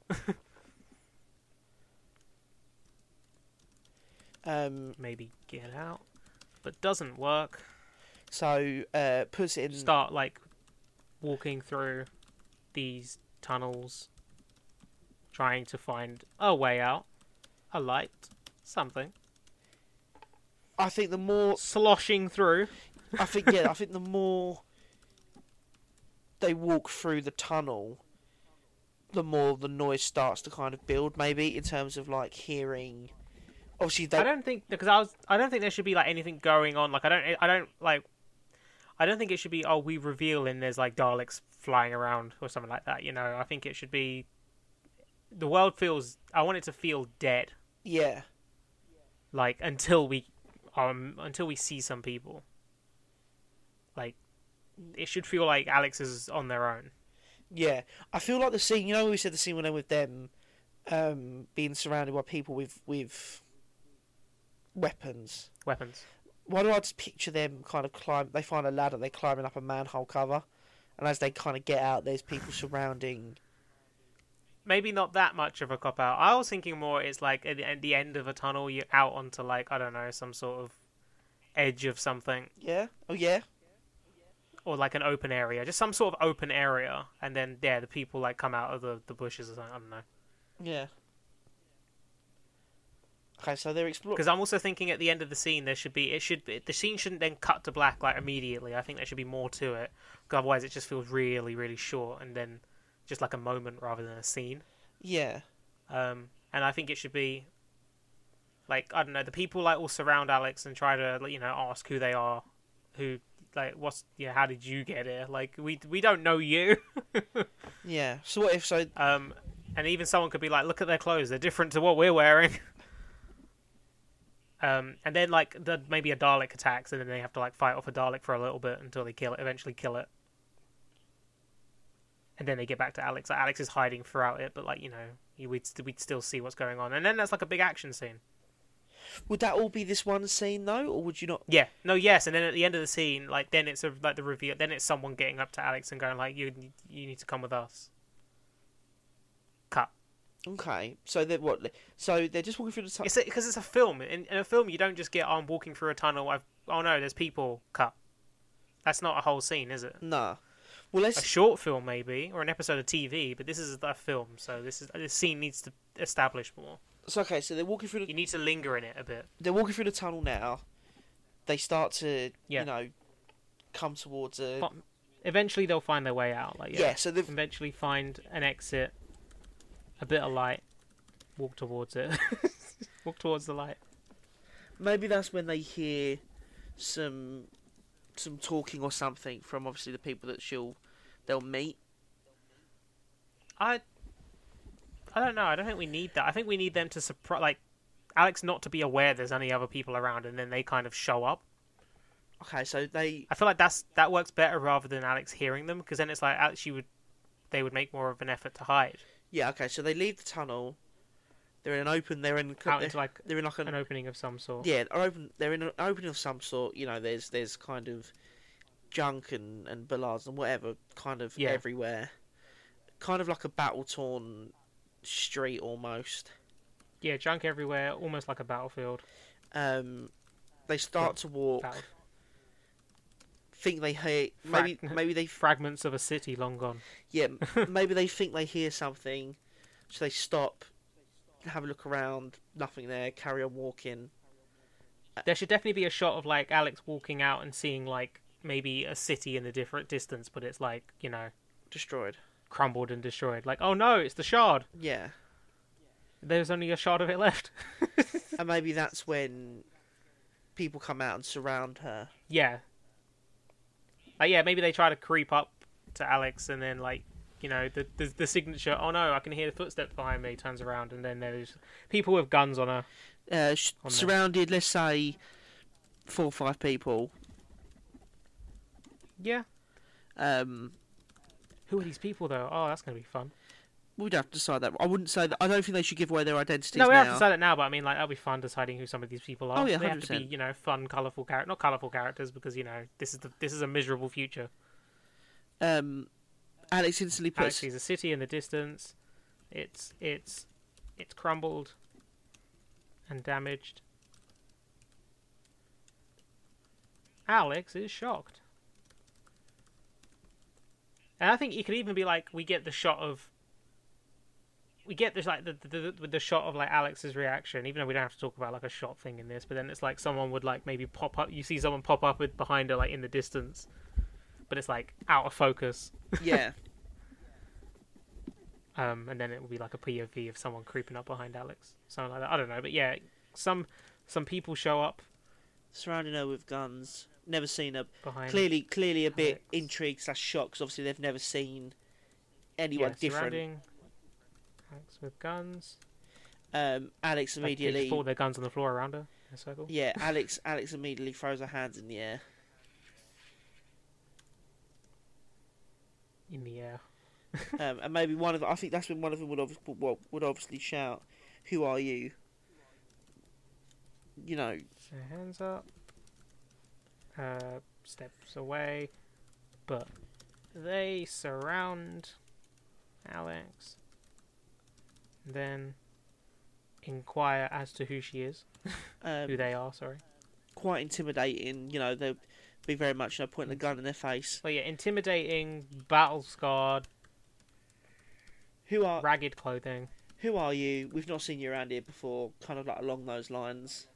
S2: um
S1: maybe get out, but doesn't work.
S2: so uh puts it in
S1: Start like walking through these tunnels, trying to find a way out, a light, something.
S2: i think the more
S1: Sloshing through.
S2: I think yeah, I think the more they walk through the tunnel, the more the noise starts to kind of build. Maybe in terms of like hearing, obviously
S1: I
S2: they
S1: don't think because I was. I don't think there should be like anything going on. Like I don't. I don't like. I don't think it should be. Oh, we reveal and there's like Daleks flying around or something like that. You know. I think it should be. The world feels. I want it to feel dead.
S2: yeah
S1: Like until we, um, until we see some people. Like, it should feel like Alex is on their own.
S2: yeah. I feel like the scene. You know, we said the scene when they were with them um, being surrounded by people with with weapons.
S1: Weapons.
S2: Why do I just picture them kind of climb? They find a ladder. They're climbing up a manhole cover, and as they kind of get out, there's people surrounding.
S1: Maybe not that much of a cop out. I was thinking more. It's like at the, at the end of a tunnel, you're out onto like I don't know some sort of edge of something.
S2: Yeah. Oh yeah.
S1: or like an open area, just some sort of open area, and then yeah, the people like come out of the, the bushes or something. I don't know.
S2: Yeah. Okay, so they're exploring.
S1: Because I'm also thinking at the end of the scene there should be it should be, the scene shouldn't then cut to black like immediately. I think there should be more to it. 'Cause otherwise it just feels really really short and then just like a moment rather than a scene.
S2: Yeah,
S1: Um, and I think it should be like I don't know the people like will surround Alex and try to like, you know ask who they are, who like what's you know, how did you get here? Like we we don't know you.
S2: yeah. So what if so?
S1: Um, and even someone could be like, "Look at their clothes; they're different to what we're wearing." um, and then like the, maybe a Dalek attacks, and then they have to like fight off a Dalek for a little bit until they kill it. Eventually, kill it, and then they get back to Alex. Like, Alex is hiding throughout it, but like you know, you, we'd st- we'd still see what's going on. And then that's like a big action scene.
S2: Would that all be this one scene though, or would you not?
S1: Yeah. No. Yes. And then at the end of the scene, like then it's a, like the reveal. Then it's someone getting up to Alex and going like, "You you need to come with us." Cut.
S2: Okay, so they're what? So they're just walking through the tunnel.
S1: It's because it's a film. In, in a film, you don't just get "Oh, I'm walking through a tunnel. I've, oh no, there's people. Cut. That's not a whole scene, is it?
S2: Nah. Well,
S1: A
S2: let's.
S1: short film maybe, or an episode of TV, but this is a film, so this is this scene needs to establish more.
S2: So okay, so they're walking through. The,
S1: You need to linger in it a bit.
S2: they're walking through the tunnel now. They start to,
S1: Yeah.
S2: you know, come towards a.
S1: But- Eventually, they'll find their way out. Like
S2: yeah.
S1: yeah, Mm.
S2: So they've
S1: eventually find an exit, a bit of light, walk towards it, walk towards the light.
S2: maybe that's when they hear some some talking or something from obviously the people that she'll they'll meet.
S1: I I don't know. I don't think we need that. I think we need them to surprise like Alex not to be aware there's any other people around and then they kind of show up.
S2: Okay, so they.
S1: I feel like that's that works better rather than Alex hearing them because then it's like Alex, you would they would make more of an effort to hide
S2: Yeah. Okay, so they leave the tunnel. They're in an open. They're in.
S1: out into like
S2: they're in like an
S1: an opening of some sort.
S2: yeah, are open, they're in an opening of some sort. You know, there's there's kind of junk and and bollards and whatever kind of
S1: Yeah.
S2: everywhere, kind of like a battle torn street almost.
S1: Yeah, junk everywhere, almost like a battlefield.
S2: Um, they start to walk.
S1: Battle.
S2: Think they hear maybe
S1: Frag-
S2: maybe they
S1: Fragments of a city long gone.
S2: yeah maybe they think they hear something, so they stop, have a look around. Nothing there. Carry on walking.
S1: There should definitely be a shot of like Alex walking out and seeing like maybe a city in the different distance, but it's like you know
S2: Destroyed.
S1: crumbled and destroyed. Like oh no, it's the shard.
S2: Yeah,
S1: There's only a shard of it left.
S2: and maybe that's when people come out and surround her.
S1: Yeah. Like, yeah, maybe they try to creep up to Alex, and then like, you know, the the, the signature. Oh no, I can hear the footsteps behind me. Turns around, and then there's people with guns on her.
S2: uh, sh-
S1: On there.
S2: surrounded, let's say, four or five people.
S1: Yeah.
S2: Um,
S1: Who are these people though? Oh, that's gonna be fun.
S2: We'd have to decide that. I wouldn't say that. I don't think they should give away their identities
S1: No, we
S2: now.
S1: have to decide it now, but I mean, like, that'll be fun deciding who some of these people are.
S2: Oh, yeah,
S1: they have to be,
S2: 100%.
S1: you know, fun, colourful character, not colourful characters, because you know this is the this is a miserable future.
S2: um, Alex instantly puts.
S1: Alex sees a city in the distance. It's it's it's crumbled and damaged. Alex is shocked. And I think it could even be like we get the shot of we get this like the the, the the shot of like Alex's reaction, even though we don't have to talk about like a shot thing in this. But then it's like someone would like maybe pop up. You see someone pop up with behind her like in the distance, but it's like out of focus.
S2: yeah,
S1: Um, and then it would be like a POV of someone creeping up behind Alex, something like that. I don't know, but yeah, some some people show up
S2: surrounding her with guns. Never seen her.
S1: behind.
S2: Clearly, clearly a bit
S1: Alex.
S2: intrigued slash shocked. 'cause obviously, they've never seen
S1: yeah,
S2: anyone different.
S1: surrounding Alex with guns.
S2: Um, Alex
S1: Like, they
S2: immediately.
S1: just brought their guns on the floor around her in a circle.
S2: yeah, Alex. Alex immediately throws her hands in the air.
S1: In the air.
S2: um, and maybe one of them, I think that's when one of them would obviously would, would obviously shout, "Who are you?" You know,
S1: So hands up. Uh, steps away, but they surround Alex. Then inquire as to who she is, who
S2: um,
S1: they are. Sorry.
S2: quite intimidating. You know, they'd be very much you know pointing a gun in their face.
S1: But yeah, intimidating, battle scarred,
S2: Who are
S1: ragged clothing,
S2: who are you? We've not seen you around here before. Kind of like along those lines.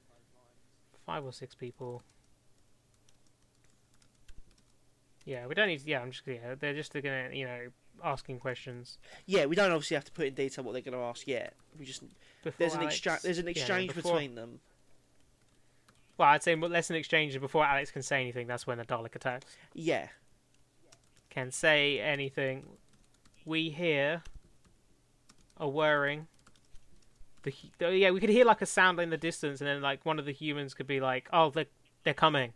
S1: five or six people. Yeah, we don't need. Yeah, I'm just. Yeah, they're just gonna, you know, asking questions.
S2: Yeah, we don't obviously have to put in detail what they're going to ask yet. We just
S1: Before
S2: there's an
S1: Alex-
S2: exchange. There's an
S1: yeah, no,
S2: exchange
S1: before-
S2: between them.
S1: Well, I'd say more- less an exchange than before Alex can say anything. That's when the Dalek attacks.
S2: Yeah,
S1: Can say anything. We hear a whirring. The hu- oh, yeah, we could hear like a sound in the distance, and then like one of the humans could be like, "Oh, they're they're coming."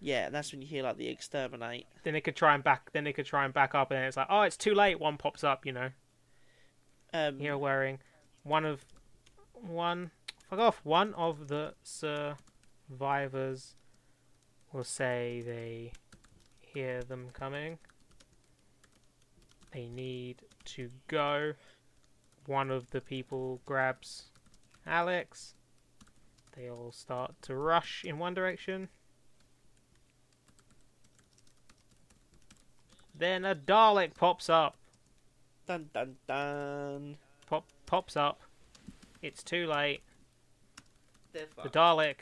S2: yeah. That's when you hear like the exterminate.
S1: then they could try and back then they could try and back up and then it's like oh it's too late one pops up you know
S2: Um,
S1: you're wearing one of one fuck off one of the survivors will say they hear them coming they need to go one of the people grabs alex they all start to rush in one direction then a dalek pops up
S2: Dun dun dun.
S1: pop pops up it's too late
S2: They're
S1: The
S2: fucked.
S1: Dalek,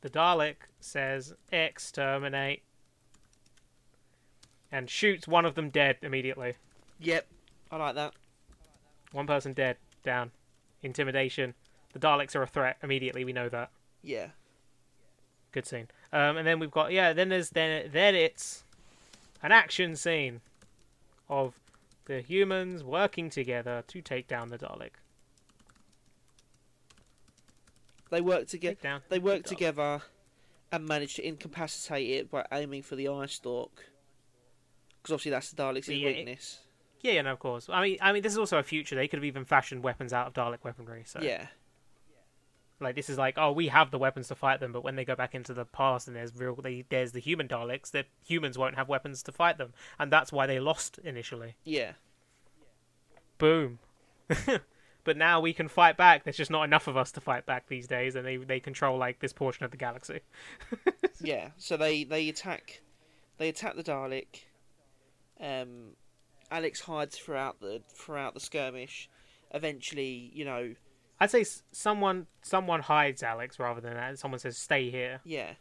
S1: the Dalek says exterminate, and shoots one of them dead immediately.
S2: Yep, I like that.
S1: One person dead, down. Intimidation. The Daleks are a threat immediately. We know that.
S2: Yeah.
S1: Good scene. Um, and then we've got yeah. Then there's then then it's an action scene of the humans working together to take down the Dalek.
S2: They work together.
S1: Take down.
S2: They work
S1: the Dalek.
S2: together and manage to incapacitate it by aiming for the eye stalk. Because obviously that's the Daleks'
S1: Yeah, it-
S2: weakness.
S1: Yeah, yeah, no, of course. I mean, I mean, this is also a future. They could have even fashioned weapons out of Dalek weaponry. So
S2: Yeah,
S1: Like this is like, oh, we have the weapons to fight them, but when they go back into the past and there's real, they, there's the human Daleks, the humans won't have weapons to fight them, and that's why they lost initially.
S2: yeah,
S1: Boom. but now we can fight back. There's just not enough of us to fight back these days, and they they control like this portion of the galaxy.
S2: yeah. So they they attack, they attack the Dalek. Um, Alex hides throughout the throughout the skirmish. Eventually, you know,
S1: I'd say s- someone someone hides Alex rather than that. Someone says, "Stay here."
S2: yeah.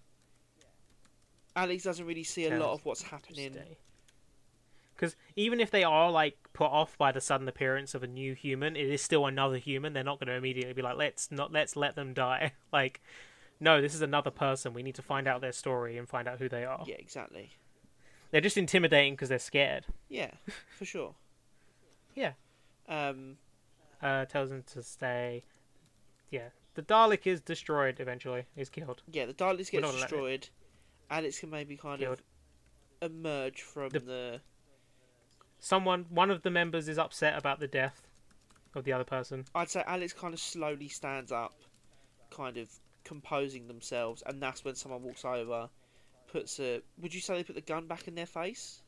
S2: Alex doesn't really see a
S1: Yeah,
S2: lot
S1: it's
S2: of what's happening.
S1: Because even if they are like put off by the sudden appearance of a new human, it is still another human. They're not going to immediately be like, let's not let's let them die. Like, no, this is another person. We need to find out their story and find out who they are.
S2: Yeah, exactly.
S1: They're just intimidating because they're scared.
S2: Yeah, for sure.
S1: Yeah.
S2: Um,
S1: Uh, tells them to stay. Yeah, the Dalek is destroyed eventually. Is killed.
S2: yeah, the Daleks
S1: We're
S2: gets
S1: not allowed-
S2: destroyed. Alex can maybe kind of emerge from
S1: The-
S2: the
S1: someone one of the members is upset about the death of the other person.
S2: I'd say Alex kind of slowly stands up, kind of composing themselves, and that's when someone walks over, puts a. Would you say they put the gun back in their face?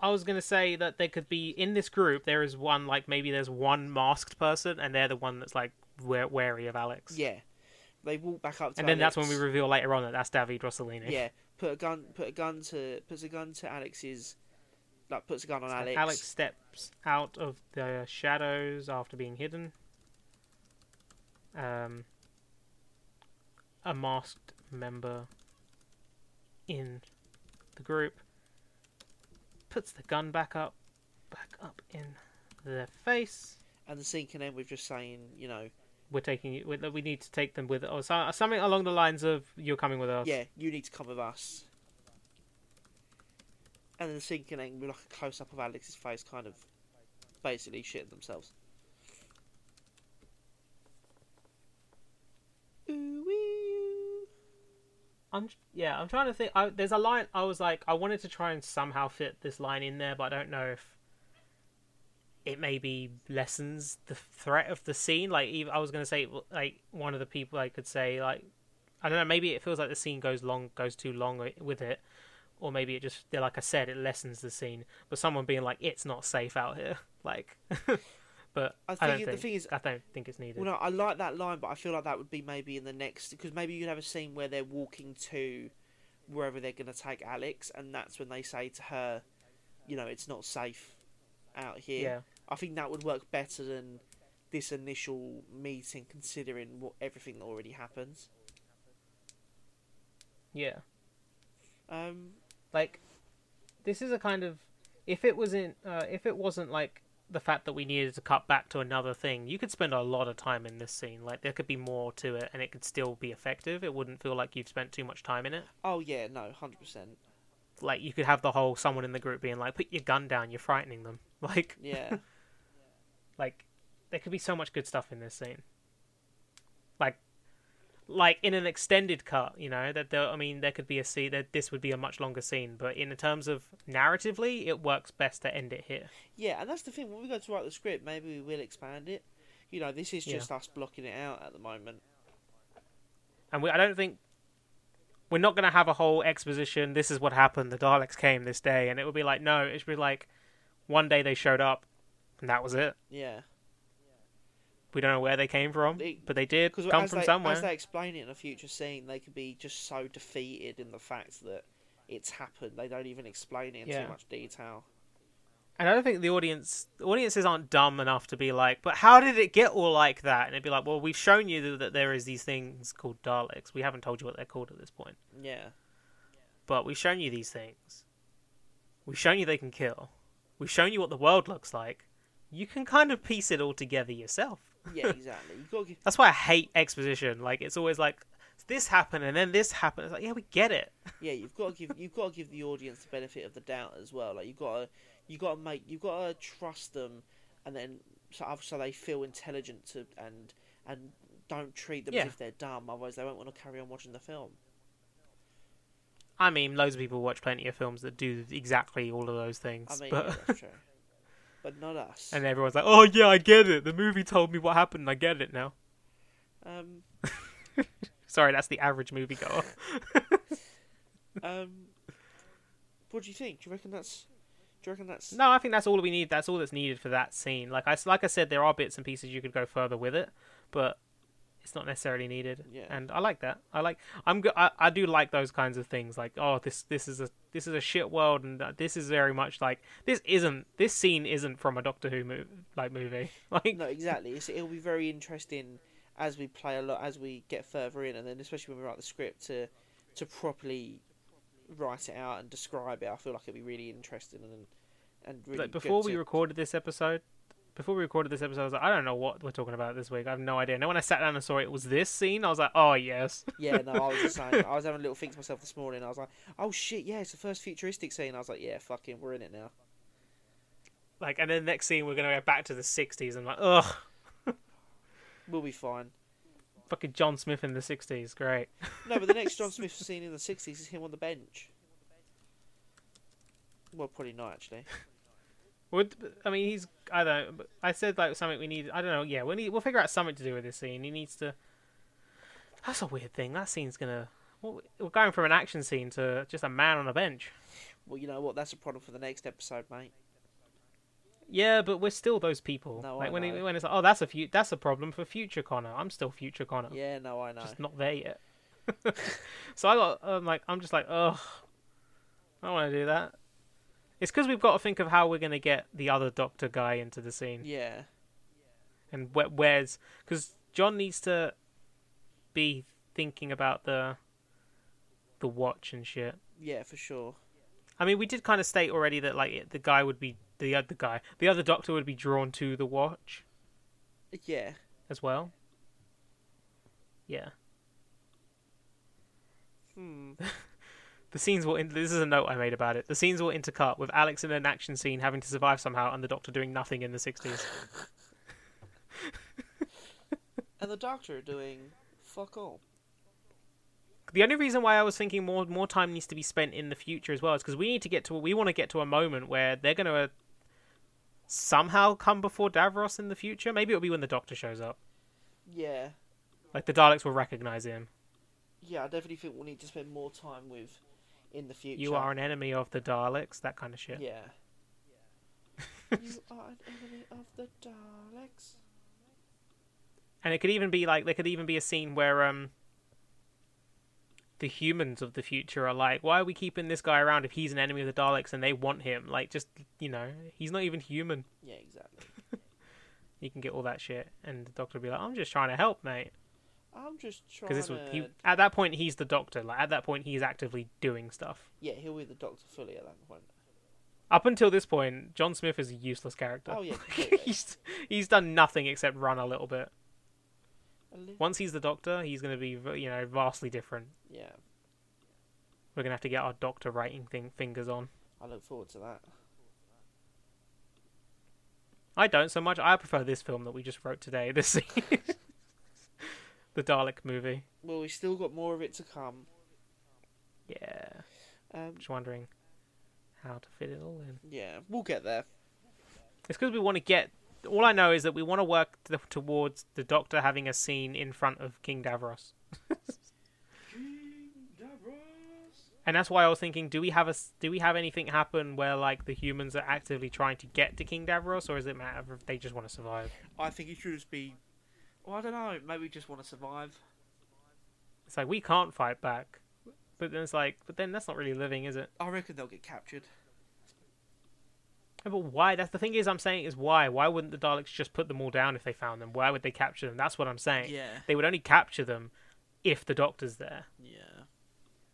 S1: I was gonna say that there could be in this group there is one like maybe there's one masked person and they're the one that's like wa- wary of Alex.
S2: Yeah. They walk back up to
S1: And then that's when we
S2: Alex.
S1: reveal later on that that's David Rossellini.
S2: Yeah, put a gun, put a gun to, puts a gun to Alex's, like puts a gun on
S1: So
S2: Alex.
S1: Alex steps out of the shadows after being hidden. Um, a masked member in the group puts the gun back up, back up in their face.
S2: and the scene can end with just saying, you know,
S1: We're taking you. We we need to take them with, or so- something along the lines of "You're coming with us."
S2: yeah, you need to come with us. And then the scene can end with like a close up of Alex's face, kind of basically shitting themselves. Ooh, wee,
S1: I'm yeah, I'm trying to think. I, there's a line I was like, I wanted to try and somehow fit this line in there, but I don't know if it maybe lessens the threat of the scene. Like, even, I was gonna say, like one of the people I could say, like, I don't know, maybe it feels like the scene goes long, goes too long wi- with it, or maybe it just, like I said, it lessens the scene. But someone being like, it's not safe out here, like, but
S2: I
S1: I,
S2: think
S1: don't
S2: it-
S1: think
S2: the thing is-
S1: I don't think it's needed.
S2: Well, no, I like that line, but I feel like that would be maybe in the next because maybe you'd have a scene where they're walking to wherever they're going to take Alex, and that's when they say to her, you know, it's not safe out here.
S1: yeah,
S2: I think that would work better than this initial meeting, considering what everything that already happens.
S1: yeah.
S2: Um,
S1: like this is a kind of if it wasn't uh, if it wasn't like the fact that we needed to cut back to another thing you could spend a lot of time in this scene like there could be more to it and it could still be effective it wouldn't feel like you've spent too much time in it
S2: oh yeah, no, hundred percent.
S1: like you could have the whole someone in the group being like put your gun down you're frightening them like
S2: Yeah,
S1: like there could be so much good stuff in this scene like like in an extended cut you know that there i mean there could be a scene that this would be a much longer scene but in terms of narratively it works best to end it here
S2: yeah, and that's the thing. When we go to write the script, maybe we will expand it. You know, this is
S1: Yeah.
S2: just us blocking it out at the moment.
S1: and we, I don't think we're not going to have a whole exposition. This is what happened. The Daleks came this day, and it would be like no, it should be like one day they showed up, and that was it.
S2: Yeah.
S1: We don't know where they came from,
S2: They-
S1: but they did
S2: Because
S1: come
S2: as
S1: from
S2: they,
S1: somewhere.
S2: As they explain it in a future scene, they could be just so defeated in the fact that it's happened. They don't even explain it in
S1: Yeah.
S2: too much detail.
S1: And I don't think the audience the audiences aren't dumb enough to be like, but how did it get all like that? And it'd be like, well, we've shown you th- that there is these things called Daleks. We haven't told you what they're called at this point,
S2: Yeah.
S1: but we've shown you these things. We've shown you they can kill. We've shown you what the world looks like. You can kind of piece it all together yourself.
S2: Yeah, exactly. You got to
S1: That's why I hate exposition. Like it's always like this happened and then this happened. It's like yeah, we get it.
S2: yeah, you've got to give you've got to give the audience the benefit of the doubt as well. Like you've got to you got to make you've got to trust them, and then so of- so they feel intelligent to, and and don't treat them
S1: Yeah.
S2: as if they're dumb. Otherwise, they won't want to carry on watching the film.
S1: I mean, loads of people watch plenty of films that do exactly all of those things,
S2: I mean,
S1: but
S2: yeah, that's true. But not us.
S1: and everyone's like, oh yeah, I get it. The movie told me what happened. and I get it now.
S2: um,
S1: Sorry, that's the average moviegoer.
S2: Um, what do you think? Do you reckon that's? Do you reckon that's?
S1: no, I think that's all we need. That's all that's needed for that scene. Like I s- like I said, there are bits and pieces you could go further with it, but it's not necessarily needed.
S2: Yeah.
S1: And I like that. I like I'm go- I, I do like those kinds of things like oh this this is a this is a shit world and that- this is very much like this isn't this scene isn't from a Doctor Who movie like movie. Like
S2: No, exactly. It's, it'll be very interesting as we play a lot, as we get further in, and then especially when we write the script to to properly write it out and describe it. I feel like it'd be really interesting and and really
S1: like before
S2: good
S1: we
S2: to-
S1: recorded this episode before we recorded this episode I was like I don't know what we're talking about this week. I have no idea. And then when I sat down and saw it was this scene, I was like, "Oh, yes."
S2: yeah, no, I was the same. I was having a little think to myself this morning. I was like, oh shit, yeah, it's the first futuristic scene. I was like, yeah, fucking, we're in it now.
S1: Like and then the next scene we're going to go back to the 60s. I'm like, "Ugh,
S2: We'll be fine.
S1: fucking John Smith in the 60s. Great."
S2: No, but the next John Smith scene in the sixties is him on the bench. Well, probably not actually.
S1: Would I mean he's I don't know, I said like something we need I don't know yeah we need we'll figure out something to do with this scene he needs to that's a weird thing that scene's gonna well, we're going from an action scene to just a man on a bench
S2: Well, you know what? That's a problem for the next episode, mate.
S1: yeah but we're still those people
S2: No, I
S1: like when
S2: know.
S1: It, when it's like oh that's a few that's a problem for future Connor I'm still future Connor
S2: Yeah, no, I know.
S1: Oh. just not there yet so I got um, like I'm just like ugh I don't want to do that it's because we've got to think of how we're gonna get the other Doctor guy into the scene.
S2: Yeah,
S1: and where, where's because John needs to be thinking about the the watch and shit.
S2: yeah, for sure.
S1: I mean, we did kind of state already that like it- the guy would be the other guy, the other Doctor would be drawn to the watch
S2: Yeah,
S1: as well. Yeah,
S2: hmm.
S1: the scenes will. In- this is a note I made about it. The scenes will intercut with Alex in an action scene having to survive somehow, and the Doctor doing nothing in the sixties.
S2: And the doctor doing fuck all.
S1: the only reason why I was thinking more more time needs to be spent in the future as well is because we need to get to we want to get to a moment where they're going to uh, somehow come before Davros in the future. Maybe it'll be when the Doctor shows up.
S2: Yeah,
S1: Like the Daleks will recognize him.
S2: yeah. I definitely think we'll need to spend more time with in the future.
S1: You are an enemy of the Daleks. That kind of shit.
S2: Yeah. you are an enemy of the Daleks.
S1: And it could even be like there could even be a scene where um the humans of the future are like, why are we keeping this guy around if he's an enemy of the Daleks and they want him? Like just you know, he's not even human.
S2: Yeah, exactly.
S1: You can get all that shit, and the Doctor will be like, I'm just trying to help, mate.
S2: I'm just trying
S1: because this
S2: to.
S1: was he at that point he's the doctor like at that point he's actively doing stuff
S2: Yeah, he'll be the doctor fully at that point.
S1: up until this point john smith is a useless character
S2: Oh yeah, completely.
S1: he's he's done nothing except run a little bit
S2: A li-
S1: once he's the doctor he's going to be v- you know vastly different
S2: yeah.
S1: we're going to have to get our doctor writing thing fingers on
S2: I look forward to that.
S1: i don't so much i prefer this film that we just wrote today this scene the dalek movie
S2: Well, we still got more of it to come.
S1: yeah
S2: Um,
S1: just wondering how to fit it all in
S2: yeah, we'll get there.
S1: It's because we want to get. All I know is that we want to work t towards the Doctor having a scene in front of King Davros, and that's why I was thinking: do we have a s- do we have anything happen where like the humans are actively trying to get to King Davros, or is it matter if they just want to survive?
S2: I think it should just be. Well, I don't know. Maybe we just want to survive.
S1: It's like we can't fight back, but then it's like, but then that's not really living, is it?
S2: I reckon they'll get captured.
S1: Yeah, But why? That's the thing is I'm saying is why? Why wouldn't the Daleks just put them all down if they found them? Why would they capture them? That's what I'm saying.
S2: Yeah,
S1: They would only capture them if the Doctor's there.
S2: yeah,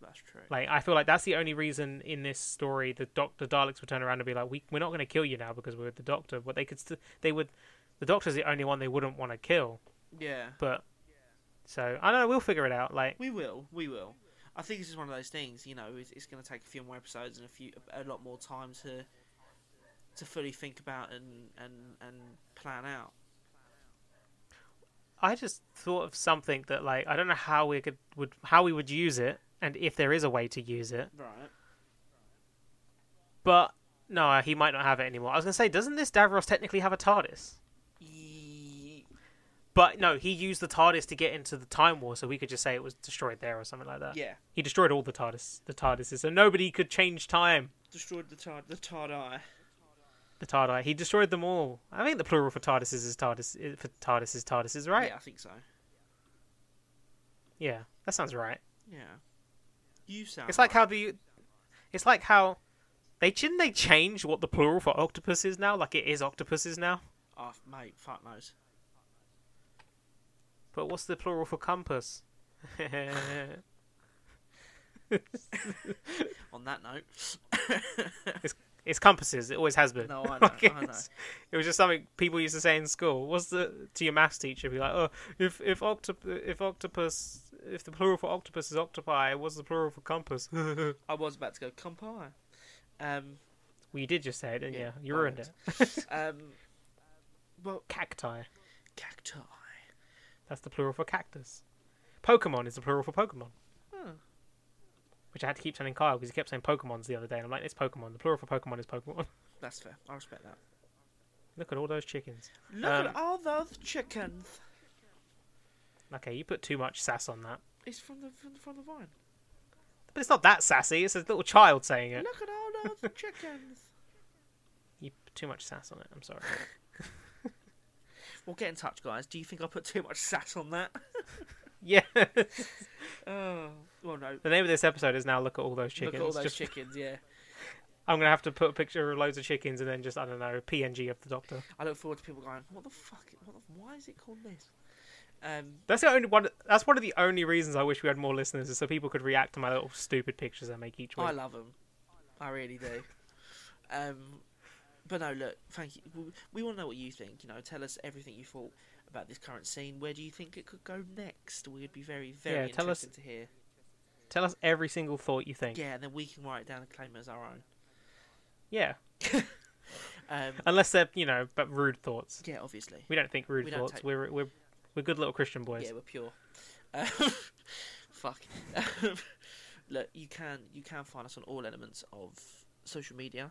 S2: that's true.
S1: Like I feel like that's the only reason in this story the doc- the Daleks would turn around and be like, "We we're not going to kill you now because we're with the Doctor." But they could st- they would the Doctor's the only one they wouldn't want to kill.
S2: yeah,
S1: But so I don't know. We'll figure it out. Like
S2: we will. We will. I think this is one of those things. You know, it's, it's going to take a few more episodes and a few a lot more time to to fully think about and and and plan out.
S1: I just thought of something that like I don't know how we could would how we would use it and if there is a way to use it.
S2: Right.
S1: But no, uh, he might not have it anymore. I was gonna say, doesn't this Davros technically have a TARDIS?
S2: Ye-
S1: But no, he used the TARDIS to get into the Time War, so we could just say it was destroyed there or something like that.
S2: Yeah.
S1: He destroyed all the TARDIS, the TARDISes, so nobody could change time.
S2: Destroyed the tard the tard eye.
S1: The TARDIS. He destroyed them all. I think the plural for TARDISes is TARDIS. For TARDIS is TARDISes, right?
S2: Yeah, I think so.
S1: Yeah. that sounds right.
S2: Yeah. You sound.
S1: it's like
S2: right.
S1: how the, it's like how, they shouldn't they change what the plural for octopus is now? Like it is octopuses now.
S2: Oh, mate, fuck knows.
S1: But what's the plural for compass?
S2: On that note.
S1: it's compasses. It always has been.
S2: no, I know.
S1: Like,
S2: I know.
S1: it's- It was just something people used to say in school. What's the to your maths teacher be like? Oh, if if octop- if octopus if the plural for octopus is octopi, what's the plural for compass? well,
S2: I was about to go compire. Um,
S1: you did just say it, didn't
S2: Yeah,
S1: you? You
S2: I
S1: ruined
S2: did.
S1: it.
S2: um, well,
S1: Cacti.
S2: cacti.
S1: That's the plural for cactus. Pokemon is the plural for Pokemon.
S2: Hmm.
S1: Which I had to keep telling Kyle because he kept saying Pokemon's the other day, and I'm like, it's Pokemon. The plural for Pokemon is Pokemon.
S2: That's fair. I respect that.
S1: Look at all those chickens.
S2: Look
S1: Um,
S2: at all those chickens.
S1: Okay, you put too much sass on that.
S2: It's from the from, from the vine.
S1: But it's not that sassy. It's a little child saying it.
S2: Look at all those chickens.
S1: You put too much sass on it. I'm sorry.
S2: Well, get in touch, guys. Do you think I put too much sass on that?
S1: yeah. the
S2: Oh, well, no.
S1: name of this episode is now "Look at all those
S2: Look
S1: chickens."
S2: at all those
S1: Just-
S2: chickens. Yeah,
S1: I'm gonna have to put a picture of loads of chickens and then just I don't know PNG of the Doctor.
S2: I look forward to people going, "What the fuck? What the, why is it called this?" Um,
S1: That's the only one. That's one of the only reasons I wish we had more listeners, is so people could react to my little stupid pictures I make each week.
S2: I love them. I really do. Um, but no, look, thank you. We, we want to know what you think. You know, tell us everything you thought about this current scene. Where do you think it could go next? We'd be very, very
S1: Yeah, tell us-
S2: interested to hear.
S1: Tell us every single thought you think.
S2: Yeah, and then we can write it down and claim it as our own.
S1: Yeah.
S2: Um,
S1: Unless they're you know, but rude thoughts.
S2: yeah, obviously.
S1: We don't think rude
S2: We don't
S1: thoughts.
S2: take-
S1: We're we're we're good little Christian boys.
S2: Yeah, we're pure. Um, fuck. Um, look, you can you can find us on all elements of social media.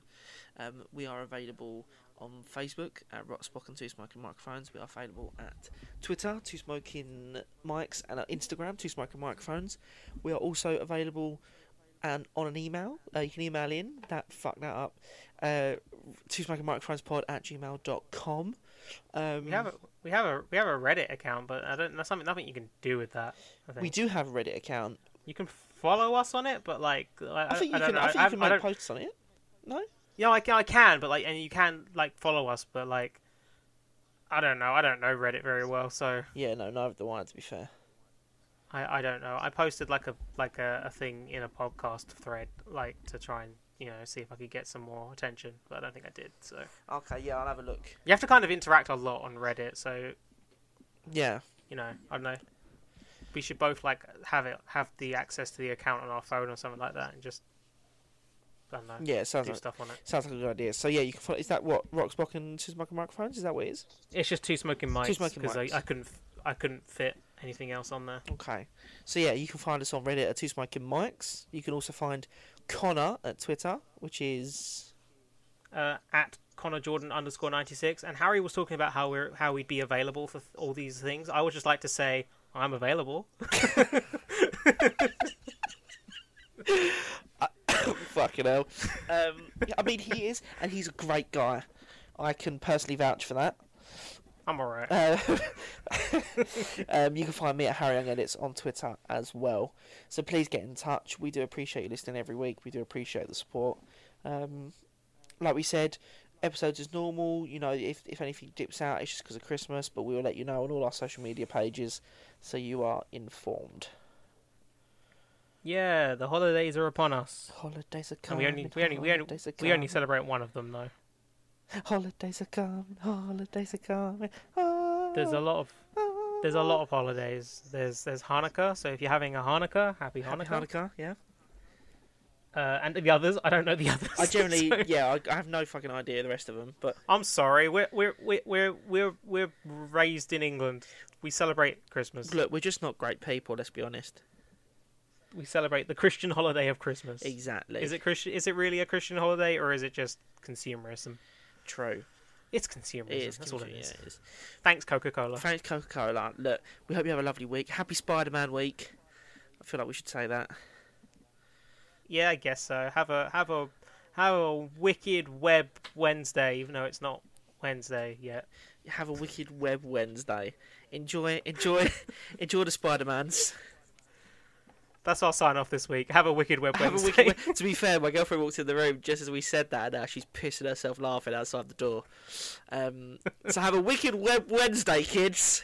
S2: Um, we are available on Facebook at Rock Spock and Two Smoking Microphones. We are available at Twitter, Two Smoking Mics, and at Instagram, Two Smoking Microphones. We are also available and on an email. Uh, you can email in that fuck that up. Uh, two smoking microphones pod at gmail.com. Um,
S1: We have a we have a we have a Reddit account, but I don't. That's something nothing you can do with that. I think
S2: we do have a Reddit account.
S1: you can follow us on it, but like I,
S2: I think you
S1: don't
S2: can.
S1: know.
S2: I think you can
S1: I
S2: make
S1: don't,
S2: posts on it. No,
S1: yeah, I can, I can, but like, and you can like follow us, but like, I don't know. I don't know Reddit very well, so
S2: yeah, no, neither do I. To be fair,
S1: I I don't know. I posted like a like a, a thing in a podcast thread, like to try and you know see if I could get some more attention, but I don't think I did. So
S2: okay, yeah, I'll have a look.
S1: you have to kind of interact a lot on Reddit, so
S2: Yeah,
S1: you know, I don't know. We should both like have it have the access to the account on our phone or something like that, and just I don't know,
S2: yeah, sounds
S1: do
S2: like,
S1: stuff on it.
S2: sounds like a good idea. So yeah, you can. Follow, is that what Rocksbock and Two Smoking Microphones? Is that what it is?
S1: It's just two smoking mics
S2: smoking
S1: because I,
S2: mics.
S1: I couldn't f- I couldn't fit anything else on there.
S2: Okay, so yeah, you can find us on Reddit at Two Smoking Mics. You can also find Connor at Twitter, which is
S1: Uh, at Connor Jordan underscore ninety six, and Harry was talking about how we're how we'd be available for th- all these things. I would just like to say I'm available.
S2: fucking hell. Um, I mean, he is, and he's a great guy. I can personally vouch for that.
S1: I'm alright.
S2: Uh, um, you can find me at Harry Young Edits on Twitter as well. So please get in touch. We do appreciate you listening every week. We do appreciate the support. Um, like we said, episodes as normal. You know, if, if anything dips out, it's just because of Christmas. But we will let you know on all our social media pages, so you are informed.
S1: Yeah, the holidays are upon us.
S2: Holidays are
S1: And
S2: coming.
S1: we only we only we only,
S2: holidays are
S1: we only
S2: coming,
S1: celebrate one of them though.
S2: Holidays are coming. Holidays are coming.
S1: There's a lot of There's a lot of holidays. There's there's Hanukkah. So if you're having a Hanukkah, happy Hanukkah.
S2: Happy Hanukkah, yeah.
S1: Uh, and the others, I don't know the others.
S2: I generally,
S1: so-
S2: yeah, I, I have no fucking idea the rest of them, but
S1: I'm sorry. We're we're we're we're we're, we're raised in England. We celebrate Christmas.
S2: look, we're just not great people. Let's be honest.
S1: We celebrate the Christian holiday of Christmas.
S2: Exactly.
S1: Is it Christian? Is it really a Christian holiday, or is it just consumerism?
S2: true?
S1: It's consumerism.
S2: It is.
S1: That's all it
S2: confu-
S1: is.
S2: yeah, it is.
S1: Thanks, Coca Cola.
S2: Thanks, Coca Cola. Look, we hope you have a lovely week. Happy Spider Man week. I feel like we should say that.
S1: yeah, I guess so. Have a have a have a wicked web Wednesday, even though it's not Wednesday yet.
S2: Have a wicked web Wednesday. Enjoy, enjoy, enjoy the Spider Mans.
S1: That's our sign off this week. Have a wicked web
S2: Have a
S1: Wednesday.
S2: wicked. we- To be fair, my girlfriend walked in the room just as we said that, and now she's pissing herself laughing outside the door. Um, so have a wicked web Wednesday, kids.